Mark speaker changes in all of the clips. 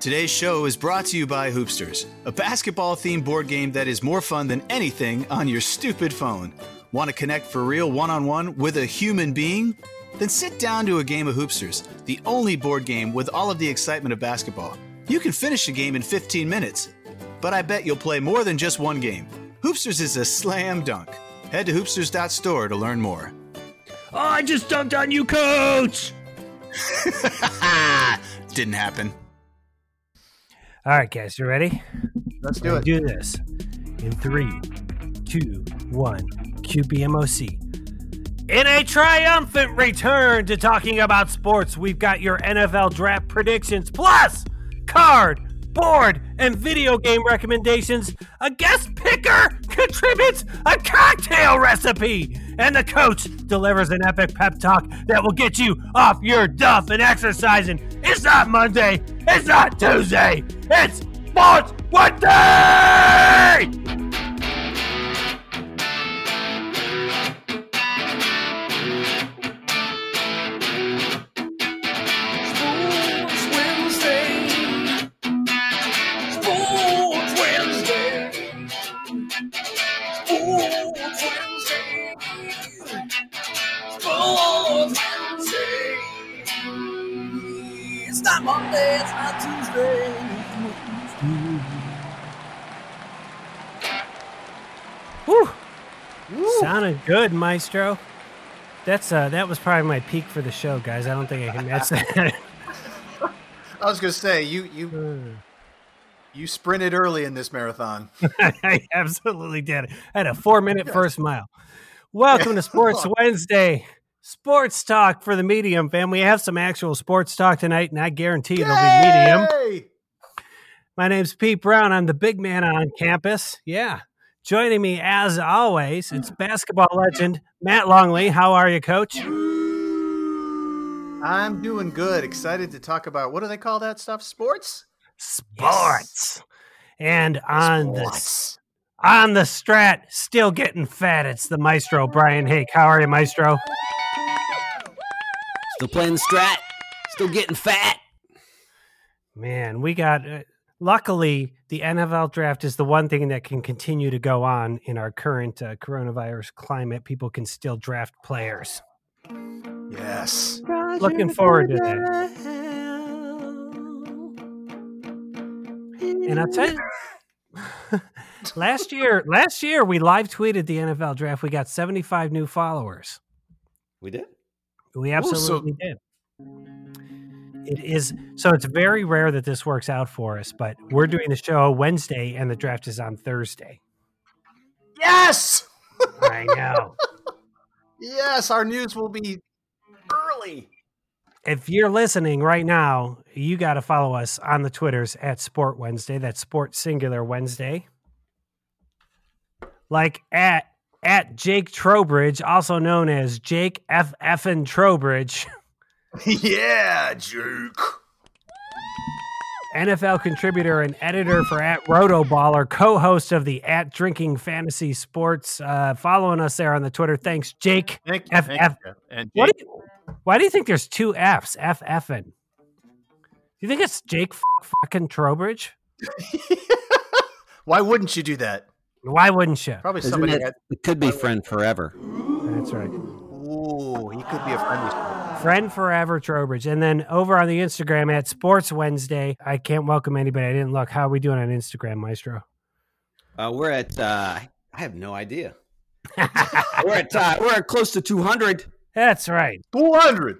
Speaker 1: Today's show is brought to you by Hoopsters, a basketball themed board game that is more fun than anything on your stupid phone. Want to connect for real one on one with a human being? Then sit down to a game of Hoopsters, the only board game with all of the excitement of basketball. You can finish a game in 15 minutes, but I bet you'll play more than just one game. Hoopsters is a slam dunk. Head to hoopsters.store to learn more.
Speaker 2: Oh, I just dumped on you, coach!
Speaker 1: Ah, Didn't happen.
Speaker 2: All right, guys, you ready?
Speaker 3: Let's
Speaker 2: We're gonna Do this in three, two, one. QBMOC. In a triumphant return to talking about sports, we've got your NFL draft predictions, plus card, board, and video game recommendations. A guest picker contributes a cocktail recipe, and the coach delivers an epic pep talk that will get you off your duff and exercising. It's not Monday. It's not Tuesday. It's Sports Wednesday.
Speaker 4: Sports Wednesday. Sports Wednesday. Sports Wednesday. Sports Wednesday. It's not Monday, it's not Tuesday.
Speaker 2: Woo. Sounded good, Maestro. That's uh, that was probably my peak for the show, guys. I don't think I can match that.
Speaker 3: I was gonna say you you you sprinted early in this marathon.
Speaker 2: I absolutely did. I had a four minute first mile. Welcome to Sports Wednesday. Sports talk for the medium, fam. We have some actual sports talk tonight, and I guarantee it'll be medium.
Speaker 3: Yay!
Speaker 2: My name's Pete Brown. I'm the big man on campus. Yeah. Joining me as always, it's basketball legend Matt Longley. How are you, coach?
Speaker 3: I'm doing good. Excited to talk about what do they call that stuff? Sports?
Speaker 2: Sports. And on the on the strat, still getting fat. It's the maestro Brian Hake. How are you, maestro?
Speaker 5: Still playing the strat. Still getting fat.
Speaker 2: Man, we got. Uh, luckily, the NFL draft is the one thing that can continue to go on in our current uh, coronavirus climate. People can still draft players.
Speaker 3: Yes.
Speaker 2: Looking forward to that. And I'll tell you. last year, last year we live tweeted the NFL draft. We got seventy-five new followers.
Speaker 5: We did.
Speaker 2: We
Speaker 3: so-
Speaker 2: absolutely did. It is so it's very rare that this works out for us, but we're doing the show Wednesday and the draft is on Thursday.
Speaker 3: Yes.
Speaker 2: I know.
Speaker 3: Yes. Our news will be early.
Speaker 2: if you're listening right now, you got to follow us on the Twitters at Sport Wednesday. That's Sport Singular Wednesday. Like at at Jake Trowbridge, also known as Jake F. Effin Trowbridge,
Speaker 3: yeah, Juke.
Speaker 2: NFL contributor and editor for at Rotoballer, co-host of the at Drinking Fantasy Sports. Uh, following us there on the Twitter. Thanks, Jake.
Speaker 3: Thank
Speaker 2: F-
Speaker 3: thank
Speaker 2: F-
Speaker 3: Jeff. And
Speaker 2: What
Speaker 3: Jake.
Speaker 2: do you, why do you think there's two F's? F Effin. Do you think it's Jake f- fucking Trowbridge?
Speaker 3: Why wouldn't you do that?
Speaker 2: Why wouldn't you?
Speaker 3: Probably
Speaker 5: Isn't
Speaker 3: somebody.
Speaker 5: it,
Speaker 3: Had,
Speaker 5: we could be friend forever.
Speaker 2: That's right.
Speaker 3: ooh, he could be a friend.
Speaker 2: Friend Forever Trowbridge. And then over on the Instagram at Sports Wednesday. I can't welcome anybody. I didn't look. How are we doing on Instagram, Maestro?
Speaker 5: Uh, we're at. Uh, I have no idea. we're at. Uh, we're at close to two hundred.
Speaker 2: That's right.
Speaker 3: Two hundred.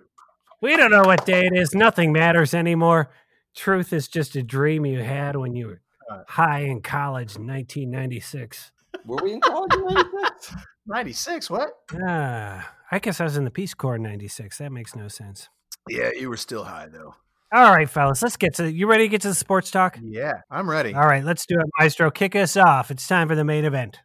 Speaker 2: We don't know what day it is. Nothing matters anymore. Truth is just a dream you had when you were high in college in 1996.
Speaker 5: Were we in college? in 96?
Speaker 3: Ninety six. What?
Speaker 2: Ah, I guess I was in the Peace Corps in 96. That makes no sense.
Speaker 3: Yeah, you were still high though.
Speaker 2: All right, fellas, let's get to You ready to get to the sports talk?
Speaker 3: Yeah, I'm ready.
Speaker 2: All right, let's do it, Maestro. Kick us off. It's time for the main event.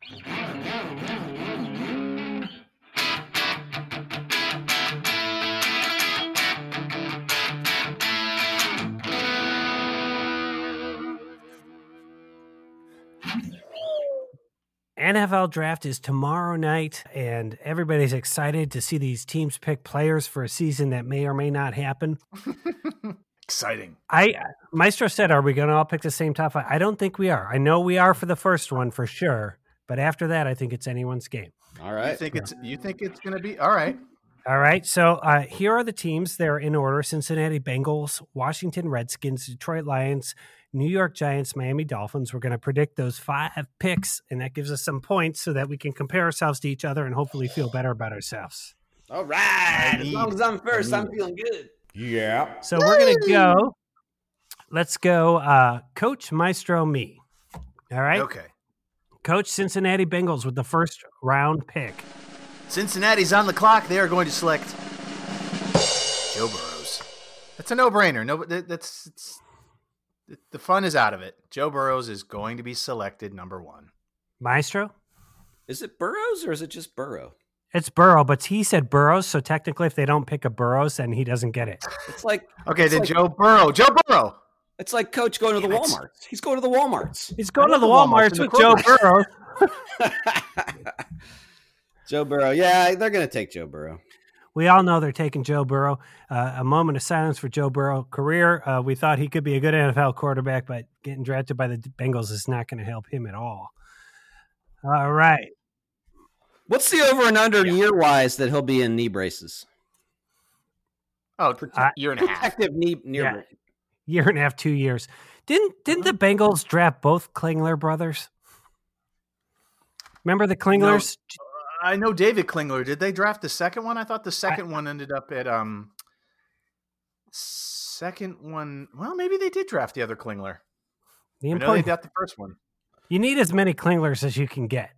Speaker 2: NFL draft is tomorrow night, and everybody's excited to see these teams pick players for a season that may or may not happen.
Speaker 3: Exciting.
Speaker 2: I Maestro said, "Are we going to all pick the same top five? I don't think we are. I know we are for the first one for sure, but after that, I think it's anyone's game.
Speaker 5: All
Speaker 3: You
Speaker 5: right.
Speaker 3: think it's you think it's gonna be all right.
Speaker 2: All right. So uh, here are the teams. They're in order: Cincinnati Bengals, Washington Redskins, Detroit Lions, New York Giants, Miami Dolphins. We're going to predict those five picks, and that gives us some points so that we can compare ourselves to each other and hopefully feel better about ourselves.
Speaker 5: All right. As
Speaker 3: need
Speaker 5: long
Speaker 3: it.
Speaker 5: as I'm first,
Speaker 3: I
Speaker 5: I'm
Speaker 3: need
Speaker 5: feeling good. Yeah.
Speaker 2: So we're going to go. Let's go, uh, Coach Maestro. Me. All right.
Speaker 3: Okay.
Speaker 2: Coach Cincinnati Bengals with the first round pick.
Speaker 3: Cincinnati's on the clock. They are going to select Joe Burrows. That's a no-brainer. No, that- that's it's, the fun is out of it. Joe Burrows is going to be selected number one.
Speaker 2: Maestro?
Speaker 5: Is it Burrows or is it just Burrow?
Speaker 2: It's Burrow, but he said Burrows, so technically if they don't pick a Burrows, then he doesn't get it.
Speaker 5: It's like
Speaker 3: Okay, then
Speaker 5: like-
Speaker 3: Joe Burrow. Joe Burrow.
Speaker 5: it's like Coach going to the
Speaker 3: Damn it.
Speaker 5: Walmarts. He's going to the Walmarts.
Speaker 2: He's going
Speaker 3: I
Speaker 2: to the
Speaker 3: love the Walmarts
Speaker 2: Walmarts
Speaker 3: and
Speaker 2: with
Speaker 3: the
Speaker 2: Joe
Speaker 3: Kroger's.
Speaker 2: Burrow.
Speaker 5: Joe Burrow. Yeah, they're going to take Joe Burrow.
Speaker 2: We all know they're taking Joe Burrow. Uh, a moment of silence for Joe Burrow career. Uh, we thought he could be a good NFL quarterback, but getting drafted by the Bengals is not going to help him at all. All right.
Speaker 5: What's the over and under year wise that he'll be in knee braces?
Speaker 3: Oh,
Speaker 2: I-
Speaker 3: year and a half.
Speaker 5: Active knee near
Speaker 2: Yeah. Year and a half, two years. Didn't didn't the Bengals draft both Klingler brothers? Remember the Klinglers?
Speaker 3: I know David Klingler. Did they draft the second one? I thought the second one ended up at um. Second one. Well, maybe they did draft the other Klingler.
Speaker 2: The
Speaker 3: I know they
Speaker 2: important-
Speaker 3: got the first one.
Speaker 2: You need as many Klinglers as you can get.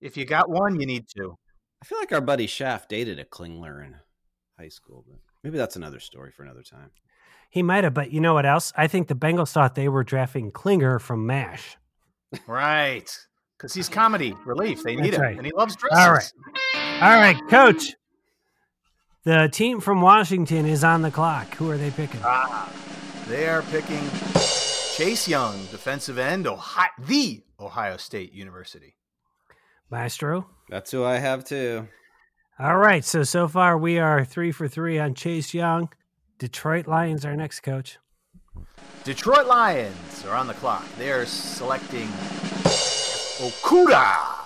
Speaker 3: If you got one, you need two.
Speaker 5: I feel like our buddy Shaft dated a Klingler in high school, but maybe that's another story for another time.
Speaker 2: He might have, but you know what else? I think the Bengals thought they were drafting Klinger from MASH.
Speaker 3: Right. Because he's comedy relief. They need
Speaker 2: That's
Speaker 3: him.
Speaker 2: right.
Speaker 3: And he loves dresses.
Speaker 2: All right. All right, coach. The team from Washington is on the clock. Who are they picking?
Speaker 3: They are picking Chase Young, defensive end, Ohio- the Ohio State University.
Speaker 2: Maestro.
Speaker 5: That's who I have too.
Speaker 2: All right, so so far we are three for three on Chase Young. Detroit Lions, our next coach.
Speaker 3: Detroit Lions are on the clock. They are selecting Okuda,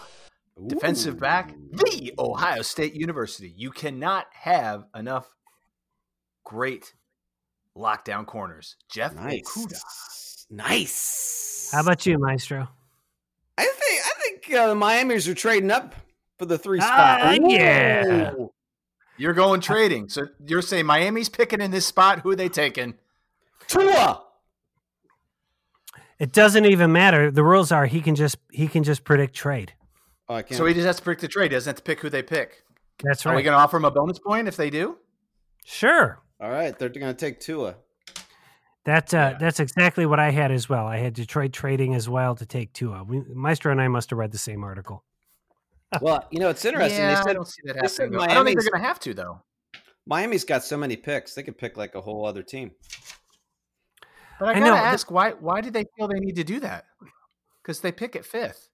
Speaker 3: defensive back, the Ohio State University. You cannot have enough great lockdown corners. Jeff Okuda.
Speaker 5: Nice. Nice.
Speaker 2: How about you, Maestro?
Speaker 5: I think I think uh, the Miami's are trading up for the three spot.
Speaker 2: Ah, yeah.
Speaker 3: Ooh. You're going trading. So you're saying Miami's picking in this spot. Who are they taking?
Speaker 5: Tua.
Speaker 2: It doesn't even matter. The rules are he can just he can just predict trade.
Speaker 5: Oh, I can't.
Speaker 3: So he just has to pick the trade. He doesn't have to pick who they pick.
Speaker 2: That's
Speaker 3: Are
Speaker 2: right.
Speaker 3: we going to offer him a bonus point if they do?
Speaker 2: sure.
Speaker 5: All right, they're going to take Tua.
Speaker 2: That's uh, that's exactly what I had as well. I had Detroit trading as well to take Tua. We, Maestro and I must have read the same article.
Speaker 5: Well, you know it's interesting.
Speaker 3: Yeah,
Speaker 5: they
Speaker 3: I
Speaker 5: said
Speaker 3: don't see that
Speaker 5: they said
Speaker 3: happening. though. I don't think
Speaker 5: Miami's-
Speaker 3: they're going to have to though.
Speaker 5: Miami's got so many picks; they could pick like a whole other team.
Speaker 3: But I
Speaker 2: I
Speaker 3: got
Speaker 2: know,
Speaker 3: to
Speaker 2: th-
Speaker 3: ask why? Why do they feel they need to do that? Because they pick at fifth.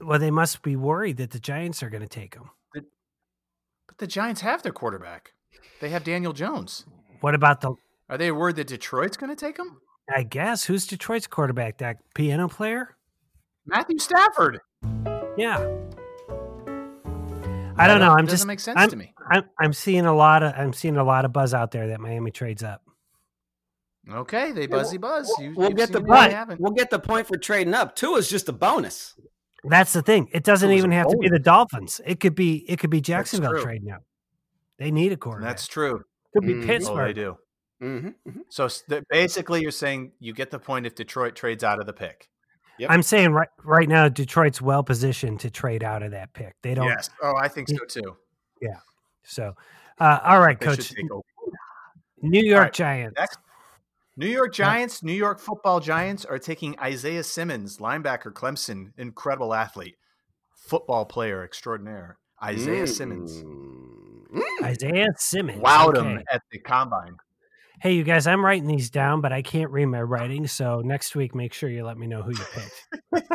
Speaker 2: Well, they must be worried that the Giants are going to take him.
Speaker 3: But the Giants have their quarterback. They have Daniel Jones.
Speaker 2: What about the?
Speaker 3: Are they worried that Detroit's going to take him?
Speaker 2: I guess who's Detroit's quarterback? That piano player?
Speaker 3: Matthew Stafford.
Speaker 2: Yeah. I don't know. I'm
Speaker 3: doesn't
Speaker 2: just
Speaker 3: make sense
Speaker 2: I'm,
Speaker 3: to me.
Speaker 2: I'm I'm seeing a lot of I'm seeing a lot of buzz out there that Miami trades up.
Speaker 3: Okay, they buzzy buzz.
Speaker 5: We'll,
Speaker 3: You,
Speaker 5: we'll
Speaker 3: you've
Speaker 5: get the
Speaker 3: seen what they
Speaker 5: point.
Speaker 3: haven't.
Speaker 5: We'll get the point for trading up. Tua's just a bonus.
Speaker 2: That's the thing. It doesn't
Speaker 3: Who's
Speaker 2: even have to be the
Speaker 3: opponent?
Speaker 2: Dolphins. It could be it could be Jacksonville
Speaker 3: true.
Speaker 2: trading up. They need a quarterback.
Speaker 3: That's true.
Speaker 2: could be
Speaker 5: Mhm. Oh, they
Speaker 2: Pittsburgh.
Speaker 3: Oh, they do.
Speaker 5: Mm-hmm.
Speaker 3: So s- th- basically, you're saying you get the point if Detroit trades out of the pick.
Speaker 5: Yep.
Speaker 2: I'm saying right right now Detroit's well positioned to trade out of that pick. They don't.
Speaker 3: Yes. Oh, I think so too.
Speaker 2: So, uh, all right,
Speaker 3: They
Speaker 2: coach.
Speaker 3: should take over.
Speaker 2: New York
Speaker 3: right.
Speaker 2: Giants.
Speaker 3: Next. New York Giants, New York Football Giants are taking Isaiah Simmons, linebacker Clemson, incredible athlete, football player extraordinaire, Isaiah
Speaker 5: Mm.
Speaker 3: Simmons.
Speaker 2: Isaiah Simmons.
Speaker 3: Wowed him
Speaker 2: Okay.
Speaker 3: at the combine.
Speaker 2: Hey, you guys, I'm writing these down, but I can't read my writing. So next week, make sure you let me know who you picked.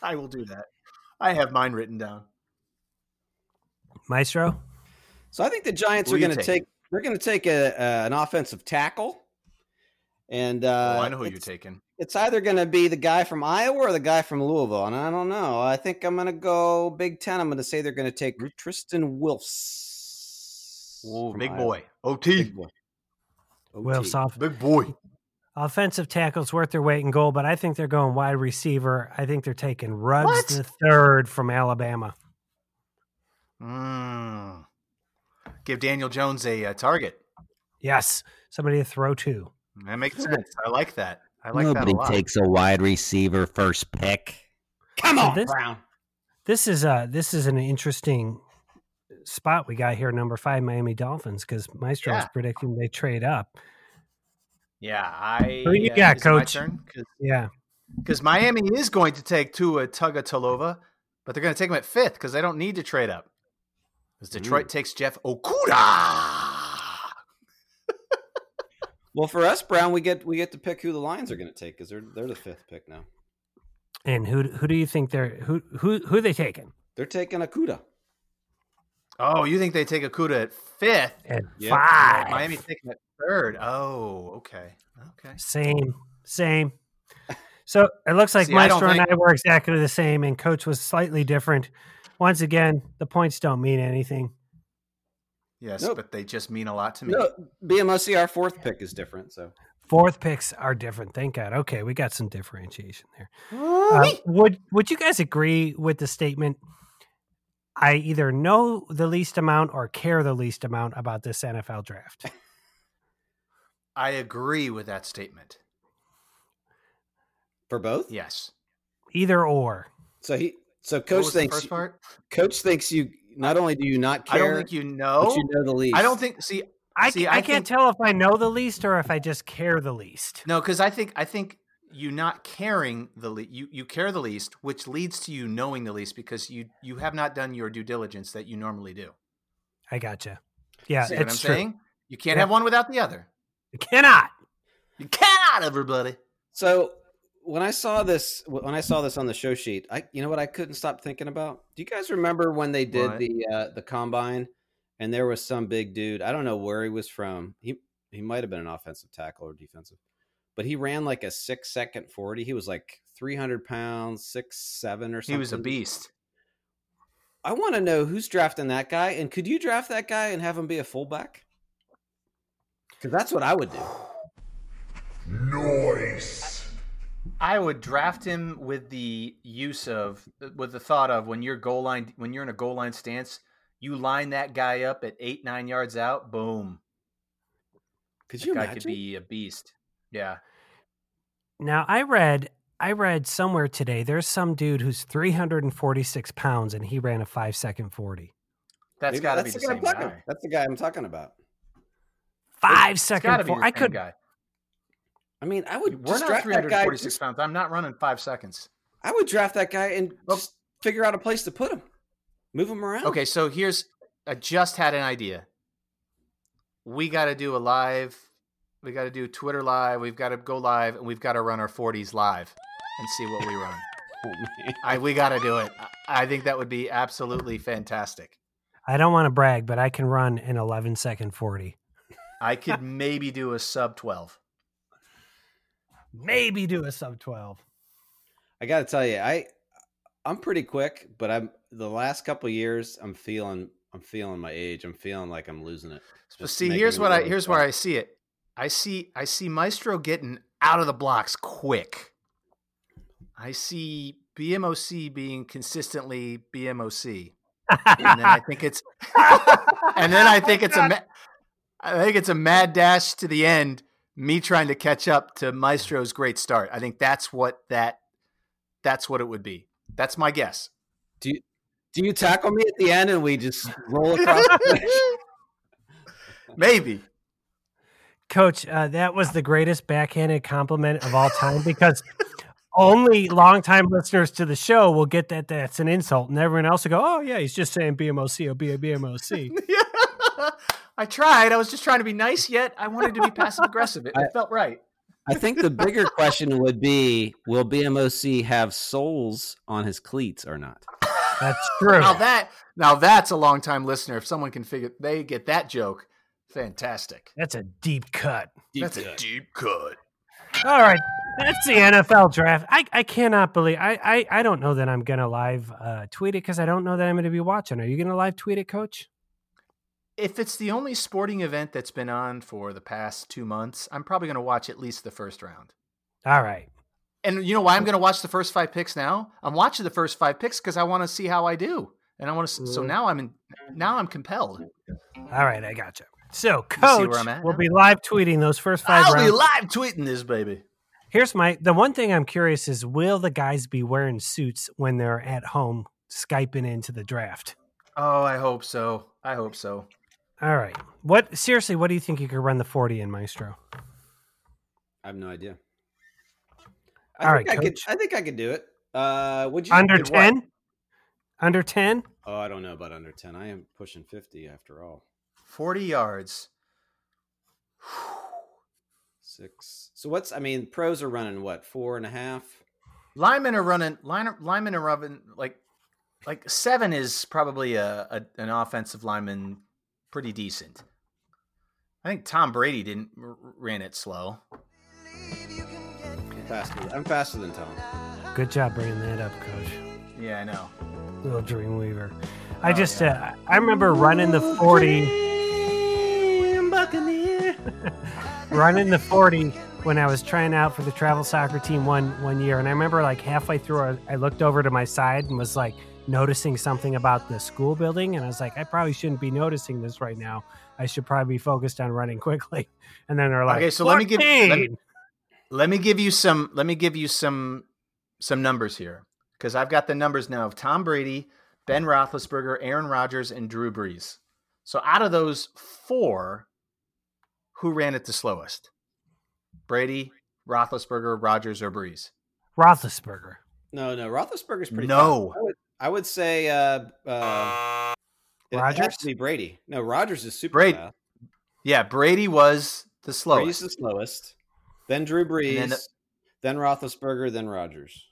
Speaker 3: I will do that. I have mine written down.
Speaker 2: Maestro.
Speaker 5: So I think the Giants
Speaker 3: Who
Speaker 5: are
Speaker 3: you
Speaker 5: going to
Speaker 3: taking?
Speaker 5: take. They're going to take a, a an offensive tackle, and uh,
Speaker 3: oh, I know who you're
Speaker 5: it's-
Speaker 3: taking.
Speaker 5: It's either going to be the guy from Iowa or the guy from Louisville, and I don't know. I think I'm going to go Big Ten. I'm going to say they're going to take Tristan Wilfs. from
Speaker 3: Big
Speaker 5: Iowa.
Speaker 3: boy. OT.
Speaker 5: Big boy. OT.
Speaker 2: Well, soft
Speaker 3: Big boy.
Speaker 2: offensive tackles worth their weight in gold, but I think they're going wide receiver. I think they're taking Ruggs
Speaker 3: What?
Speaker 2: the third from Alabama.
Speaker 3: Mm. Give Daniel Jones a uh, target.
Speaker 2: Yes, somebody to throw to.
Speaker 3: That makes sense. I like that. I like that a lot.
Speaker 5: a wide receiver first pick. Come
Speaker 2: So
Speaker 5: on,
Speaker 2: this-
Speaker 5: Brown.
Speaker 2: This is uh this is an interesting spot we got here, number five, Miami Dolphins, because Maestro is
Speaker 3: Yeah.
Speaker 2: predicting they trade up.
Speaker 3: yeah, I.
Speaker 2: Who you
Speaker 3: uh,
Speaker 2: got,
Speaker 3: is it my
Speaker 2: coach?
Speaker 3: turn? 'Cause-
Speaker 2: Yeah,
Speaker 3: Because Miami is going to take Tua Tagovailoa, but they're going to take him at fifth because they don't need to trade up. Because Detroit takes Jeff Okuda.
Speaker 5: Well, for us, Brown, we get we get to pick who the Lions are going to take because they're they're the fifth pick now.
Speaker 2: and who who do you think they're who who who they taking
Speaker 5: They're taking Akuda.
Speaker 3: Oh, you think they take Okuda at fifth?
Speaker 2: at
Speaker 5: Yep. Ah.
Speaker 2: five?
Speaker 3: Miami taking at third. Oh, okay, okay.
Speaker 2: Same, same. So it looks like
Speaker 3: See, I don't
Speaker 2: Maestro and I were exactly the same, and Coach was slightly different. Once again, the points don't mean anything.
Speaker 3: Yes,
Speaker 5: Nope.
Speaker 3: but they just mean a lot to me.
Speaker 5: No, BMOC, our fourth pick is different. So
Speaker 2: Fourth picks are different. Thank God. Okay, we got some differentiation there. Uh, would Would you guys agree with the statement? I either know the least amount or care the least amount about this NFL draft.
Speaker 3: I agree with that statement.
Speaker 5: for both,
Speaker 3: Yes.
Speaker 2: Either or.
Speaker 5: So he, so
Speaker 3: What
Speaker 5: coach
Speaker 3: was the
Speaker 5: thinks
Speaker 3: first part.
Speaker 5: coach thinks you not only do you not
Speaker 3: I
Speaker 5: care,
Speaker 3: don't think you know.
Speaker 5: but you know the least.
Speaker 3: I don't think. See,
Speaker 2: I,
Speaker 3: See,
Speaker 2: ca- I
Speaker 3: I
Speaker 2: can't
Speaker 3: think-
Speaker 2: tell if I know the least or if I just care the least.
Speaker 3: No, because I think I think you not caring the le- you you care the least, which leads to you knowing the least because you you have not done your due diligence that you normally do.
Speaker 2: I gotcha. Yeah,
Speaker 3: See
Speaker 2: it's
Speaker 3: what I'm
Speaker 2: true.
Speaker 3: saying? You can't
Speaker 2: Yeah.
Speaker 3: have one without the other.
Speaker 2: Cannot.
Speaker 3: You cannot, everybody.
Speaker 5: So when I saw this, when I saw this on the show sheet, I you know what I couldn't stop thinking about. Do you guys remember when they did
Speaker 3: What?
Speaker 5: the uh, the combine and there was some big dude? I don't know where he was from. He he might have been an offensive tackle or defensive, but he ran like a six second forty. He was like three hundred pounds, six seven or something.
Speaker 3: He was a beast.
Speaker 5: I want to know who's drafting that guy, and could you draft that guy and have him be a fullback? Because that's what I would do.
Speaker 3: I would draft him with the use of uh, with the thought of when you're goal line when you're in a goal line stance, you line that guy up at eight nine yards out. Boom,
Speaker 5: Could
Speaker 3: that
Speaker 5: you
Speaker 3: guy
Speaker 5: imagine?
Speaker 3: could be a beast. Yeah,
Speaker 2: Now I read I read somewhere today there's some dude who's 346 pounds and he ran a five second 40.
Speaker 3: that's
Speaker 5: Maybe
Speaker 3: got to be the,
Speaker 5: guy I'm
Speaker 3: same
Speaker 5: talking-
Speaker 3: guy.
Speaker 5: That's the guy I'm talking about.
Speaker 2: Five
Speaker 3: It's got to
Speaker 2: second
Speaker 3: be the
Speaker 2: 40.
Speaker 3: same
Speaker 2: I could
Speaker 3: guy.
Speaker 5: I mean, I would
Speaker 3: We're
Speaker 5: just
Speaker 3: not
Speaker 5: draft that guy.
Speaker 3: 346
Speaker 5: just-
Speaker 3: pounds. I'm not running five seconds.
Speaker 5: I would draft that guy and
Speaker 3: Well-
Speaker 5: just figure out a place to put him, move him around.
Speaker 3: Okay, so here's I just had an idea. We got to do a live. We got to do Twitter live. We've got to go live, and we've got to run our 40s live and see what we run.
Speaker 5: Oh, man.
Speaker 3: I we got to do it. I- I think that would be absolutely fantastic.
Speaker 2: I don't want to brag, but I can run an 11 second 40.
Speaker 3: I could maybe do a sub 12.
Speaker 2: Maybe do a sub 12.
Speaker 5: I got to tell you, I I'm pretty quick, but I'm the last couple years, I'm feeling I'm feeling my age. I'm feeling like I'm losing it.
Speaker 3: But
Speaker 5: Just
Speaker 3: see,
Speaker 5: making
Speaker 3: here's
Speaker 5: it
Speaker 3: what I
Speaker 5: really
Speaker 3: here's where
Speaker 5: tough.
Speaker 3: I see it. I see I see Maestro getting out of the blocks quick. I see BMOC being consistently BMOC, and then I think it's and then I think it's a ma- I think it's a mad dash to the end. Me trying to catch up to Maestro's great start. I think that's what that that's what it would be. That's my guess.
Speaker 5: Do you tackle me at the end and we just roll across? the-
Speaker 3: Maybe.
Speaker 2: Coach, uh, that was the greatest backhanded compliment of all time because only longtime listeners to the show will get that that's an insult, and everyone else will go, "Oh yeah, he's just saying BMOC or BMOC."
Speaker 3: yeah. I tried. I was just trying to be nice, yet I wanted to be passive aggressive. It, it felt right.
Speaker 5: I think the bigger question would be: Will BMOC have soles on his cleats or not?
Speaker 2: That's true.
Speaker 3: Now that now that's a long time listener. If someone can figure, they get that joke. Fantastic.
Speaker 2: That's a deep cut.
Speaker 3: That's a deep cut.
Speaker 2: All right, that's the NFL draft. I, I cannot believe I, I I don't know that I'm gonna live uh, tweet it because I don't know that I'm gonna be watching. Are you gonna live tweet it, Coach?
Speaker 3: If it's the only sporting event that's been on for the past two months, I'm probably going to watch at least the first round.
Speaker 2: All right,
Speaker 3: And you know why I'm going to watch the first five picks now? I'm watching the first five picks because I want to see how I do, and I want to.
Speaker 2: Mm.
Speaker 3: So now I'm in, now I'm compelled.
Speaker 2: all right, I gotcha. So,
Speaker 3: see
Speaker 2: Coach
Speaker 3: where I'm at
Speaker 2: will
Speaker 3: now?
Speaker 2: be live tweeting those first five
Speaker 3: I'll
Speaker 2: rounds.
Speaker 3: be live tweeting this baby.
Speaker 2: Here's my the one thing I'm curious is will the guys be wearing suits when they're at home skyping into the draft?
Speaker 3: Oh, I hope so. I hope so.
Speaker 2: All right, what seriously? What do you think you could run the forty in, Maestro?
Speaker 5: I have no idea.
Speaker 2: All
Speaker 5: I think
Speaker 2: right,
Speaker 5: I could,
Speaker 2: coach.
Speaker 5: I think I could do it. Uh, would you
Speaker 2: Under
Speaker 3: did what?
Speaker 2: ten? Under ten?
Speaker 5: Oh, I don't know about under ten. I am pushing fifty after all.
Speaker 3: Forty yards.
Speaker 5: Six. So what's? I mean, pros are running what four and a half.
Speaker 3: Linemen are running. Line, linemen are running like like seven is probably a, a an offensive lineman pretty decent. I think Tom Brady didn't r- ran it slow.
Speaker 5: I'm faster. I'm faster than Tom.
Speaker 2: Good job bringing that up, Coach.
Speaker 3: Yeah, I know.
Speaker 2: Little Dreamweaver. I just uh, I remember running the forty, running the forty when I was trying out for the travel soccer team one one year, and I remember like halfway through, I, I looked over to my side and was like noticing something about the school building, and I was like, I probably shouldn't be noticing this right now. I should probably be focused on running quickly. And then they're like,
Speaker 3: Okay, so let me give- let me-
Speaker 2: 14.
Speaker 3: Let me give you some. Let me give you some some numbers here because I've got the numbers now of Tom Brady, Ben Roethlisberger, Aaron Rodgers, and Drew Brees. So out of those four, who ran it the slowest? Brady, Roethlisberger, Rodgers, or Brees?
Speaker 2: Roethlisberger.
Speaker 5: No, no. Roethlisberger's pretty.
Speaker 3: No.
Speaker 5: fast. I would, I would say. Uh, uh, it has to
Speaker 2: Rodgers?
Speaker 5: be Brady. No, Rogers is super
Speaker 3: Brady-
Speaker 5: fast.
Speaker 3: Yeah, Brady was the
Speaker 5: Brady's
Speaker 3: slowest.
Speaker 5: the slowest. Then Drew Brees.
Speaker 3: then
Speaker 5: Then,
Speaker 3: the-
Speaker 5: Roethlisberger. Then Rogers.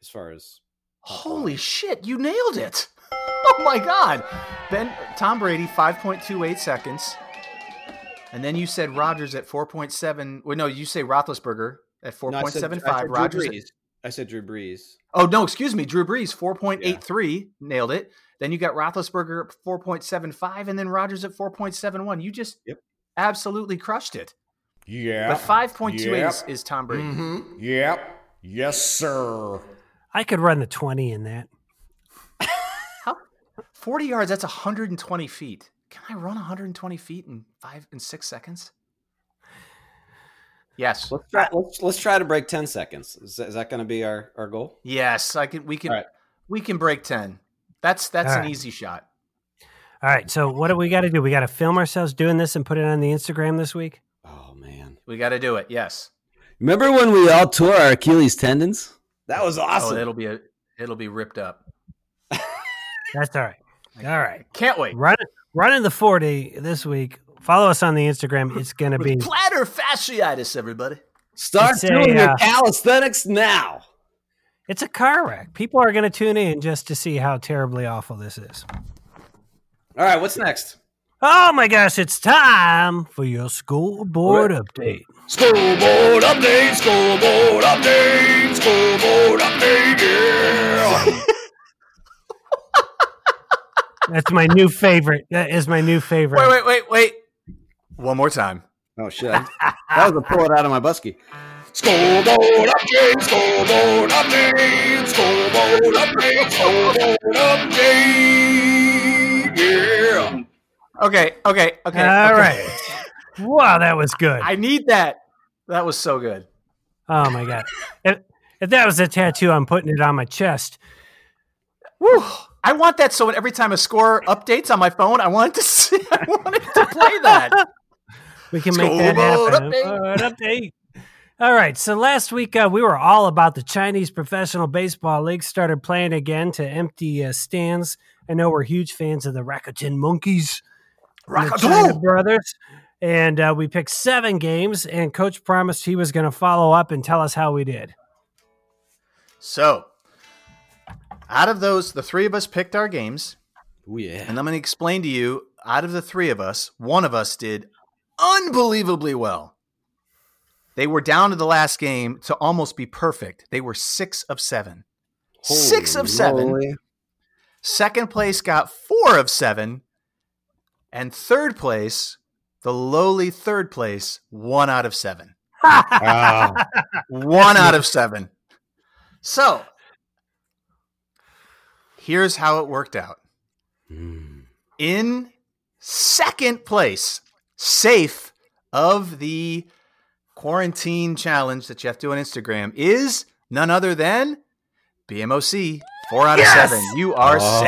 Speaker 5: As far as
Speaker 3: Holy shit, you nailed it. Oh my god. Ben Tom Brady 5.28 seconds. And then you said Rodgers at 4.7. Well, no, you say Roethlisberger at
Speaker 5: No, I said- I said
Speaker 3: 4.75. Rodgers.
Speaker 5: Drew
Speaker 3: at-
Speaker 5: Brees. I said Drew Brees.
Speaker 3: oh no, excuse me, Drew Brees 4.83 nailed it. Then you got Roethlisberger at 4.75 and then Rodgers at 4.71. You just
Speaker 5: Yep.
Speaker 3: absolutely crushed it.
Speaker 6: Yeah.
Speaker 3: But 5.28 is,
Speaker 6: Yep.
Speaker 3: is Tom Brady.
Speaker 6: Mm-hmm. Yep. Yes, sir.
Speaker 2: I could run the twenty in that.
Speaker 3: 40 yards, that's 120 feet. Can I run 120 feet in five in six seconds? Yes.
Speaker 5: Let's try. Let's, let's try to break ten seconds. Is, that- is that going to be our, our goal?
Speaker 3: Yes, I can we can
Speaker 5: All right.
Speaker 3: we can break 10. That's that's
Speaker 2: All
Speaker 3: an
Speaker 2: right.
Speaker 3: easy shot.
Speaker 2: All right, so what do we got to do? We got to film ourselves doing this and put it on the Instagram this week.
Speaker 5: Oh man!
Speaker 3: We got to do it. Yes.
Speaker 5: Remember when we all tore our Achilles tendons? That was
Speaker 3: Oh,
Speaker 5: awesome.
Speaker 3: it'll be a, it'll be ripped up.
Speaker 2: That's all right. All right.
Speaker 3: Can't wait.
Speaker 2: Run running the 40 this week. Follow us on the Instagram. It's going to be
Speaker 3: Platter fasciitis everybody.
Speaker 5: Start
Speaker 2: It's a,
Speaker 5: doing your
Speaker 2: uh,
Speaker 5: calisthenics now.
Speaker 2: it's a car wreck. People are going to tune in just to see how terribly awful this is.
Speaker 5: All right. What's next?
Speaker 2: Oh my gosh, it's time for your school board update.
Speaker 6: Scoreboard update, scoreboard update, scoreboard update, yeah.
Speaker 2: That's my new favorite. That is my new favorite.
Speaker 3: Wait, wait, wait, wait. One more time.
Speaker 5: Oh shit! I- that was a pull it out of my busky.
Speaker 6: scoreboard update, scoreboard update, scoreboard update, scoreboard update, yeah.
Speaker 3: Okay, okay, okay.
Speaker 2: All
Speaker 3: okay.
Speaker 2: right. Wow, that was good.
Speaker 3: I need that. That was so good.
Speaker 2: Oh my god. If, if that was a tattoo, I'm putting it on my chest.
Speaker 3: Whew. Oh, I want that so every time a score updates on my phone, I want it to see, I want it to play that.
Speaker 2: We can make that
Speaker 3: School
Speaker 2: happen.
Speaker 3: update.
Speaker 2: All right, update. All right. So last week uh, we were all about the Chinese Professional Baseball League started playing again to empty uh, stands. I know we're huge fans of the Rakuten Monkeys, and the China Brothers, and uh, we picked seven games. And Coach promised he was going to follow up and tell us how we did.
Speaker 3: So, out of those, the three of us picked our games,
Speaker 5: Oh yeah.
Speaker 3: and I'm going to explain to you. Out of the three of us, one of us did unbelievably well. They were down to the last game to almost be perfect. They were six of seven. Six
Speaker 5: Holy
Speaker 3: of seven.
Speaker 5: moly.
Speaker 3: Second place got four of seven. And third place, the lowly third place, one out of seven.
Speaker 5: Wow.
Speaker 3: One out of seven. So here's how it worked out.
Speaker 5: Mm.
Speaker 3: in second place, safe of the quarantine challenge that you have to do on Instagram, is none other than BMOC. Four out of seven. You are
Speaker 5: Oh.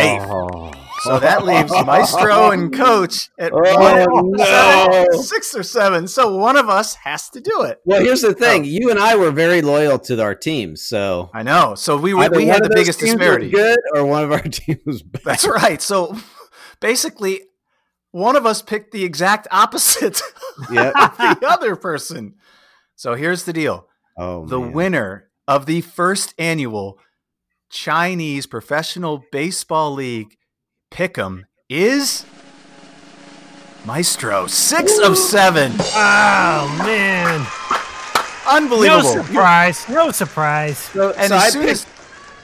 Speaker 3: safe. So that leaves Maestro and Coach at one out
Speaker 5: Oh,
Speaker 3: of
Speaker 5: no.
Speaker 3: seven, six or seven. So one of us has to do it.
Speaker 5: Well, here's the thing. You and I were very loyal to our teams, so
Speaker 3: I know. So we were,
Speaker 5: Either
Speaker 3: we
Speaker 5: one
Speaker 3: had
Speaker 5: of
Speaker 3: the
Speaker 5: those
Speaker 3: biggest
Speaker 5: teams was
Speaker 3: disparity.
Speaker 5: Good or one of our teams was bad.
Speaker 3: That's right. So basically, one of us picked the exact opposite
Speaker 5: Yep.
Speaker 3: of the other person. So here's the deal.
Speaker 5: Oh,
Speaker 3: the
Speaker 5: man.
Speaker 3: winner of the first annual Chinese Professional Baseball League Pick'em is Maestro. Six of seven.
Speaker 2: Oh man! No
Speaker 3: Unbelievable.
Speaker 2: surprise. No surprise.
Speaker 5: So,
Speaker 3: and
Speaker 5: so
Speaker 3: as
Speaker 5: I
Speaker 3: soon
Speaker 5: picked,
Speaker 3: as-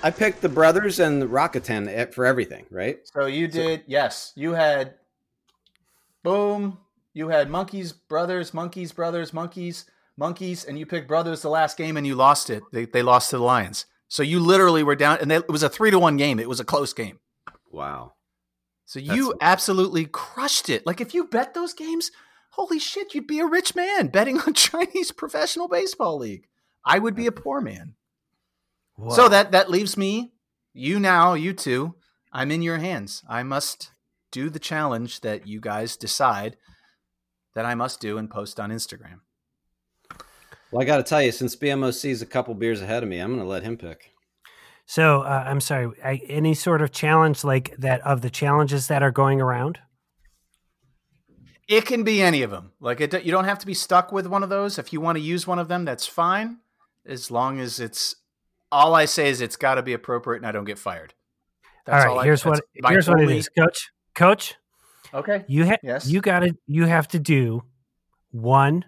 Speaker 5: I picked the brothers and the Rocketon e- for everything, right?
Speaker 3: So you did, yes, you had boom, you had monkeys, brothers, monkeys, brothers, monkeys, monkeys, and you picked brothers the last game and you lost it. They, they lost to the Lions. So you literally were down, and they, it was a three to one game. It was a close game.
Speaker 5: Wow.
Speaker 3: So
Speaker 5: That's-
Speaker 3: you absolutely crushed it. Like if you bet those games, holy shit, you'd be a rich man betting on Chinese professional baseball league. I would be a poor man. So that that leaves me, you now, you two. I'm in your hands. I must do the challenge that you guys decide that I must do and post on Instagram.
Speaker 5: Well, I got to tell you, since BMOC is a couple beers ahead of me, I'm going to let him pick.
Speaker 2: So uh, I'm sorry. I, any sort of challenge like that of the challenges that are going around?
Speaker 3: It can be any of them. Like it, you don't have to be stuck with one of those. If you want to use one of them, that's fine, as long as it's. All I say is it's got to be appropriate, and I don't get fired.
Speaker 2: all right.
Speaker 3: I-
Speaker 2: here's
Speaker 3: that's
Speaker 2: what.
Speaker 3: my
Speaker 2: Here's what it
Speaker 3: only-
Speaker 2: is, Coach. Coach,
Speaker 3: Okay.
Speaker 2: you have
Speaker 3: Yes.
Speaker 2: you got to you have to do one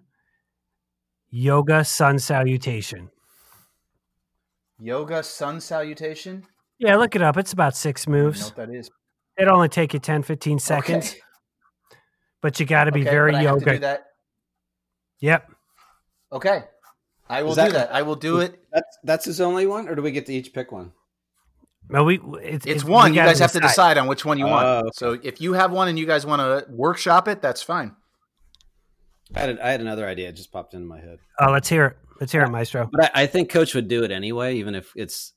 Speaker 2: yoga sun salutation.
Speaker 3: Yoga sun salutation.
Speaker 2: Yeah, look it up. It's about six
Speaker 3: I don't even
Speaker 2: moves.
Speaker 3: know what that is.
Speaker 2: It'll only take you 10, 15 seconds,
Speaker 3: Okay.
Speaker 2: but you got to be
Speaker 3: Okay,
Speaker 2: very
Speaker 3: but I have to do
Speaker 2: yoga.
Speaker 3: that.
Speaker 2: Yep.
Speaker 3: Okay. I will
Speaker 5: Is that-
Speaker 3: do that. I will do it.
Speaker 5: That's that's his only one, or do we get to each pick one?
Speaker 2: No, we. It's,
Speaker 3: It's
Speaker 2: we
Speaker 3: one. You
Speaker 2: gotta
Speaker 3: guys have to decide on which one you want.
Speaker 5: Oh, okay.
Speaker 3: So if you have one and you guys want to workshop it, that's fine.
Speaker 5: I had, I had another idea it just popped into my head,
Speaker 2: Oh, let's hear it. Let's hear it, Maestro.
Speaker 5: but I, I think Coach would do it anyway, even if it's.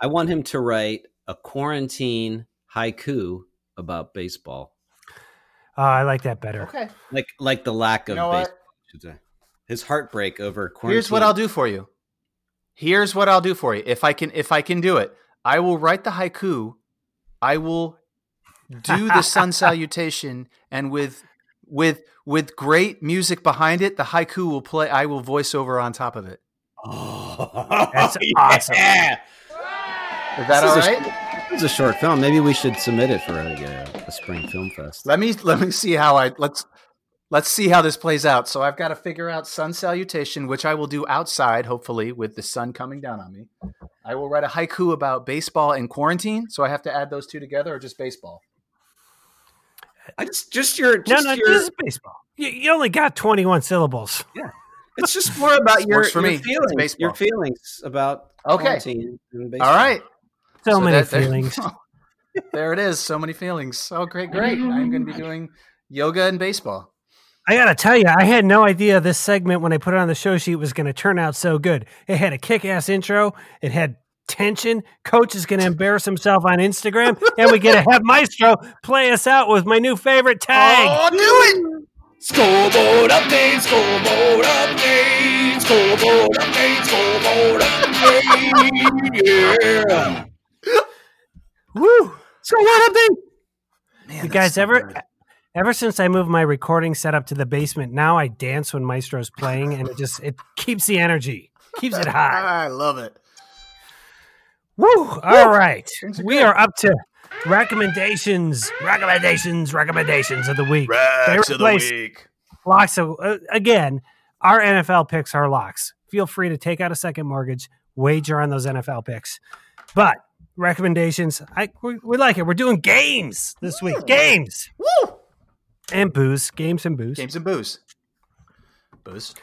Speaker 5: I want him to write a quarantine haiku about baseball,
Speaker 2: Oh, I like that better.
Speaker 3: Okay.
Speaker 5: like like the lack
Speaker 3: You
Speaker 5: of
Speaker 3: know
Speaker 5: baseball.
Speaker 3: what?
Speaker 5: I should say. His heartbreak over quarantine.
Speaker 3: Here's what I'll do for you. Here's what I'll do for you. If I can if I can do it, I will write the haiku. I will do the sun salutation and with with with great music behind it, the haiku will play. I will voice over on top of it.
Speaker 5: Oh,
Speaker 2: That's awesome.
Speaker 5: yeah.
Speaker 3: Is that all
Speaker 5: This is a-
Speaker 3: right?
Speaker 5: It's a short film. Maybe we should submit it for a, uh, a spring film fest.
Speaker 3: Let me let me see how I let's let's see how this plays out. So I've got to figure out sun salutation, which I will do outside, hopefully, with the sun coming down on me. I will write a haiku about baseball and quarantine. So I have to add those two together, or just baseball.
Speaker 5: I just just your
Speaker 2: No,
Speaker 5: just
Speaker 2: no,
Speaker 5: your,
Speaker 2: this is baseball. You, you only got 21 syllables.
Speaker 5: it's just more about your,
Speaker 3: Works for
Speaker 5: your
Speaker 3: me. It's
Speaker 5: feelings
Speaker 3: baseball.
Speaker 5: your feelings about
Speaker 3: Okay.
Speaker 5: quarantine and baseball.
Speaker 3: All right,
Speaker 2: So, many
Speaker 3: that- that-
Speaker 2: feelings.
Speaker 3: there it is. So many feelings. Oh, great, great. I'm going to be doing yoga and baseball.
Speaker 2: I got to tell you, I had no idea this segment when I put it on the show sheet was going to turn out so good. It had a kick ass intro, it had tension. Coach is going to embarrass himself on Instagram, and we get to have Maestro play us out with my new favorite
Speaker 3: Oh.
Speaker 2: tag.
Speaker 6: do it! Scoreboard update, scoreboard update, scoreboard update, scoreboard update. Yeah.
Speaker 2: Woo!
Speaker 5: So what happened?
Speaker 3: Man,
Speaker 2: You
Speaker 3: that's
Speaker 2: guys
Speaker 3: so
Speaker 2: ever
Speaker 3: good.
Speaker 2: ever since I moved my recording setup to the basement, now I dance when Maestro's playing and it just it keeps the energy. Keeps it high.
Speaker 3: I love it.
Speaker 2: Woo! All right.
Speaker 3: Things are
Speaker 2: We
Speaker 3: good.
Speaker 2: are up to recommendations, recommendations, recommendations of the week.
Speaker 1: Racks
Speaker 2: Favorite place.
Speaker 1: week.
Speaker 2: locks. So uh, again, our NFL picks are locks. Feel free to take out a second mortgage, wager on those NFL picks. But recommendations, I we, we like it. We're doing games this week. Games. Woo! And booze. Games and booze.
Speaker 3: Games and booze. Booze.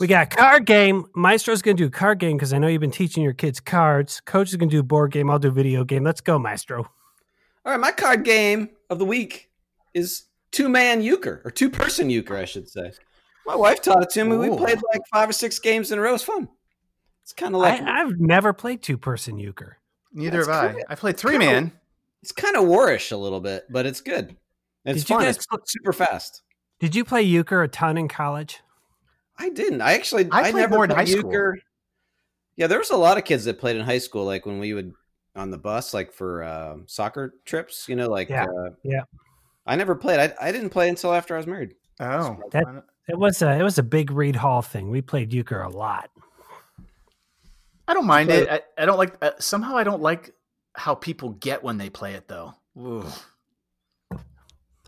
Speaker 2: We got card game. Maestro's going to do card game because I know you've been teaching your kids cards. Coach is going to do board game. I'll do video game. Let's go, Maestro.
Speaker 5: All right, my card game of the week is two man euchre or two person euchre, I should say. My wife taught it to me. We
Speaker 3: Ooh.
Speaker 5: played like five or six games in a row. It was fun. It's kind of like
Speaker 2: I, I've never played two person euchre.
Speaker 3: Neither
Speaker 5: That's
Speaker 3: have I.
Speaker 5: kinda-
Speaker 3: I played three man.
Speaker 5: it's kind of warish a little bit, but it's good. It's
Speaker 2: Did you
Speaker 5: fun.
Speaker 2: guys-
Speaker 5: it's super fast.
Speaker 2: Did you play euchre a ton in college?
Speaker 5: I didn't. I actually
Speaker 3: I
Speaker 5: I,
Speaker 3: played
Speaker 5: never
Speaker 3: more in
Speaker 5: played
Speaker 3: high school.
Speaker 5: euchre. Yeah, there was a lot of kids that played in high school. Like when we would on the bus, like for um soccer trips, you know, like
Speaker 2: Yeah,
Speaker 5: Uh,
Speaker 2: yeah.
Speaker 5: I never played. I, I didn't play until after I was married.
Speaker 3: Oh,
Speaker 2: That- It was a it was a big Reed Hall thing. We played euchre a lot.
Speaker 3: I don't mind it. I, I don't like uh, somehow. I don't like how people get when they play it though. Ooh.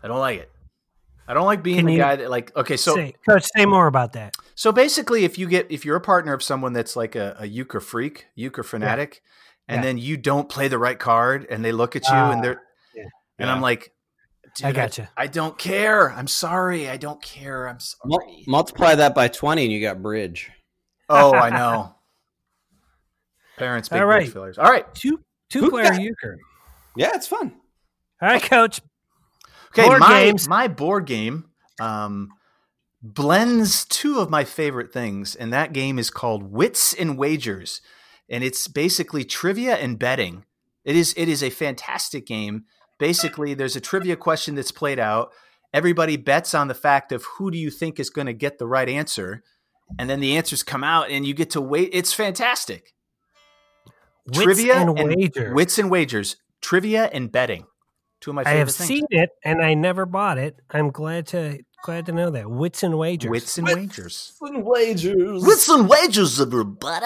Speaker 3: I don't like it. I don't like being
Speaker 2: Can
Speaker 3: the
Speaker 2: you
Speaker 3: guy that like. Okay, so
Speaker 2: say, coach, say more about that.
Speaker 3: so basically, if you get if you're a partner of someone that's like a, a euchre freak, euchre fanatic, and
Speaker 2: Yeah.
Speaker 3: then you don't play the right card, and they look at you
Speaker 2: Ah,
Speaker 3: and they're
Speaker 2: yeah.
Speaker 3: and I'm like, Dude,
Speaker 2: I gotcha.
Speaker 3: I don't care. I'm sorry. I don't care. I'm sorry.
Speaker 5: Mul- multiply that by twenty, and you got bridge.
Speaker 3: oh, I know. Parents, big
Speaker 2: All
Speaker 3: All
Speaker 2: right.
Speaker 3: right. fillers. All right.
Speaker 2: Two two
Speaker 5: Who
Speaker 2: player
Speaker 5: got-
Speaker 2: euchre.
Speaker 5: Yeah, it's fun.
Speaker 2: All right, coach.
Speaker 3: Okay,
Speaker 2: Board
Speaker 3: my
Speaker 2: games.
Speaker 3: my board game um, blends two of my favorite things, and that game is called Wits and Wagers, and it's basically trivia and betting. It is it is a fantastic game. Basically, there's a trivia question that's played out. Everybody bets on the fact of who do you think is going to get the right answer, and then the answers come out, and you get to wait. It's fantastic.
Speaker 2: Wits
Speaker 3: trivia
Speaker 2: and wager.
Speaker 3: Wits and wagers, trivia and betting. Two of my
Speaker 2: I
Speaker 3: favorite
Speaker 2: have
Speaker 3: things.
Speaker 2: seen it and I never bought it. I'm glad to glad to know that. Wits and wagers.
Speaker 3: Wits and wagers.
Speaker 5: Wagers.
Speaker 3: and wagers, everybody.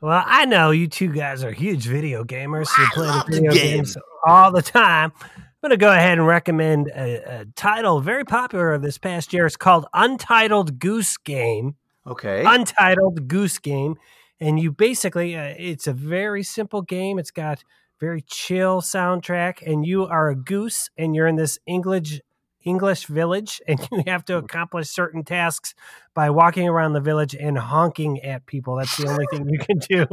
Speaker 2: Well, I know you two guys are huge video gamers. You
Speaker 3: I
Speaker 2: play the
Speaker 3: love the
Speaker 2: video
Speaker 3: game.
Speaker 2: games all the time. I'm going to go ahead and recommend a, a title very popular this past year. It's called Untitled Goose Game.
Speaker 3: Okay.
Speaker 2: Untitled Goose Game. And you basically, uh, it's a very simple game. It's got very chill soundtrack, and you are a goose, and you're in this English English village, and you have
Speaker 3: Hmm.
Speaker 2: to accomplish certain tasks by walking around the village and honking at people. That's the only thing you can do.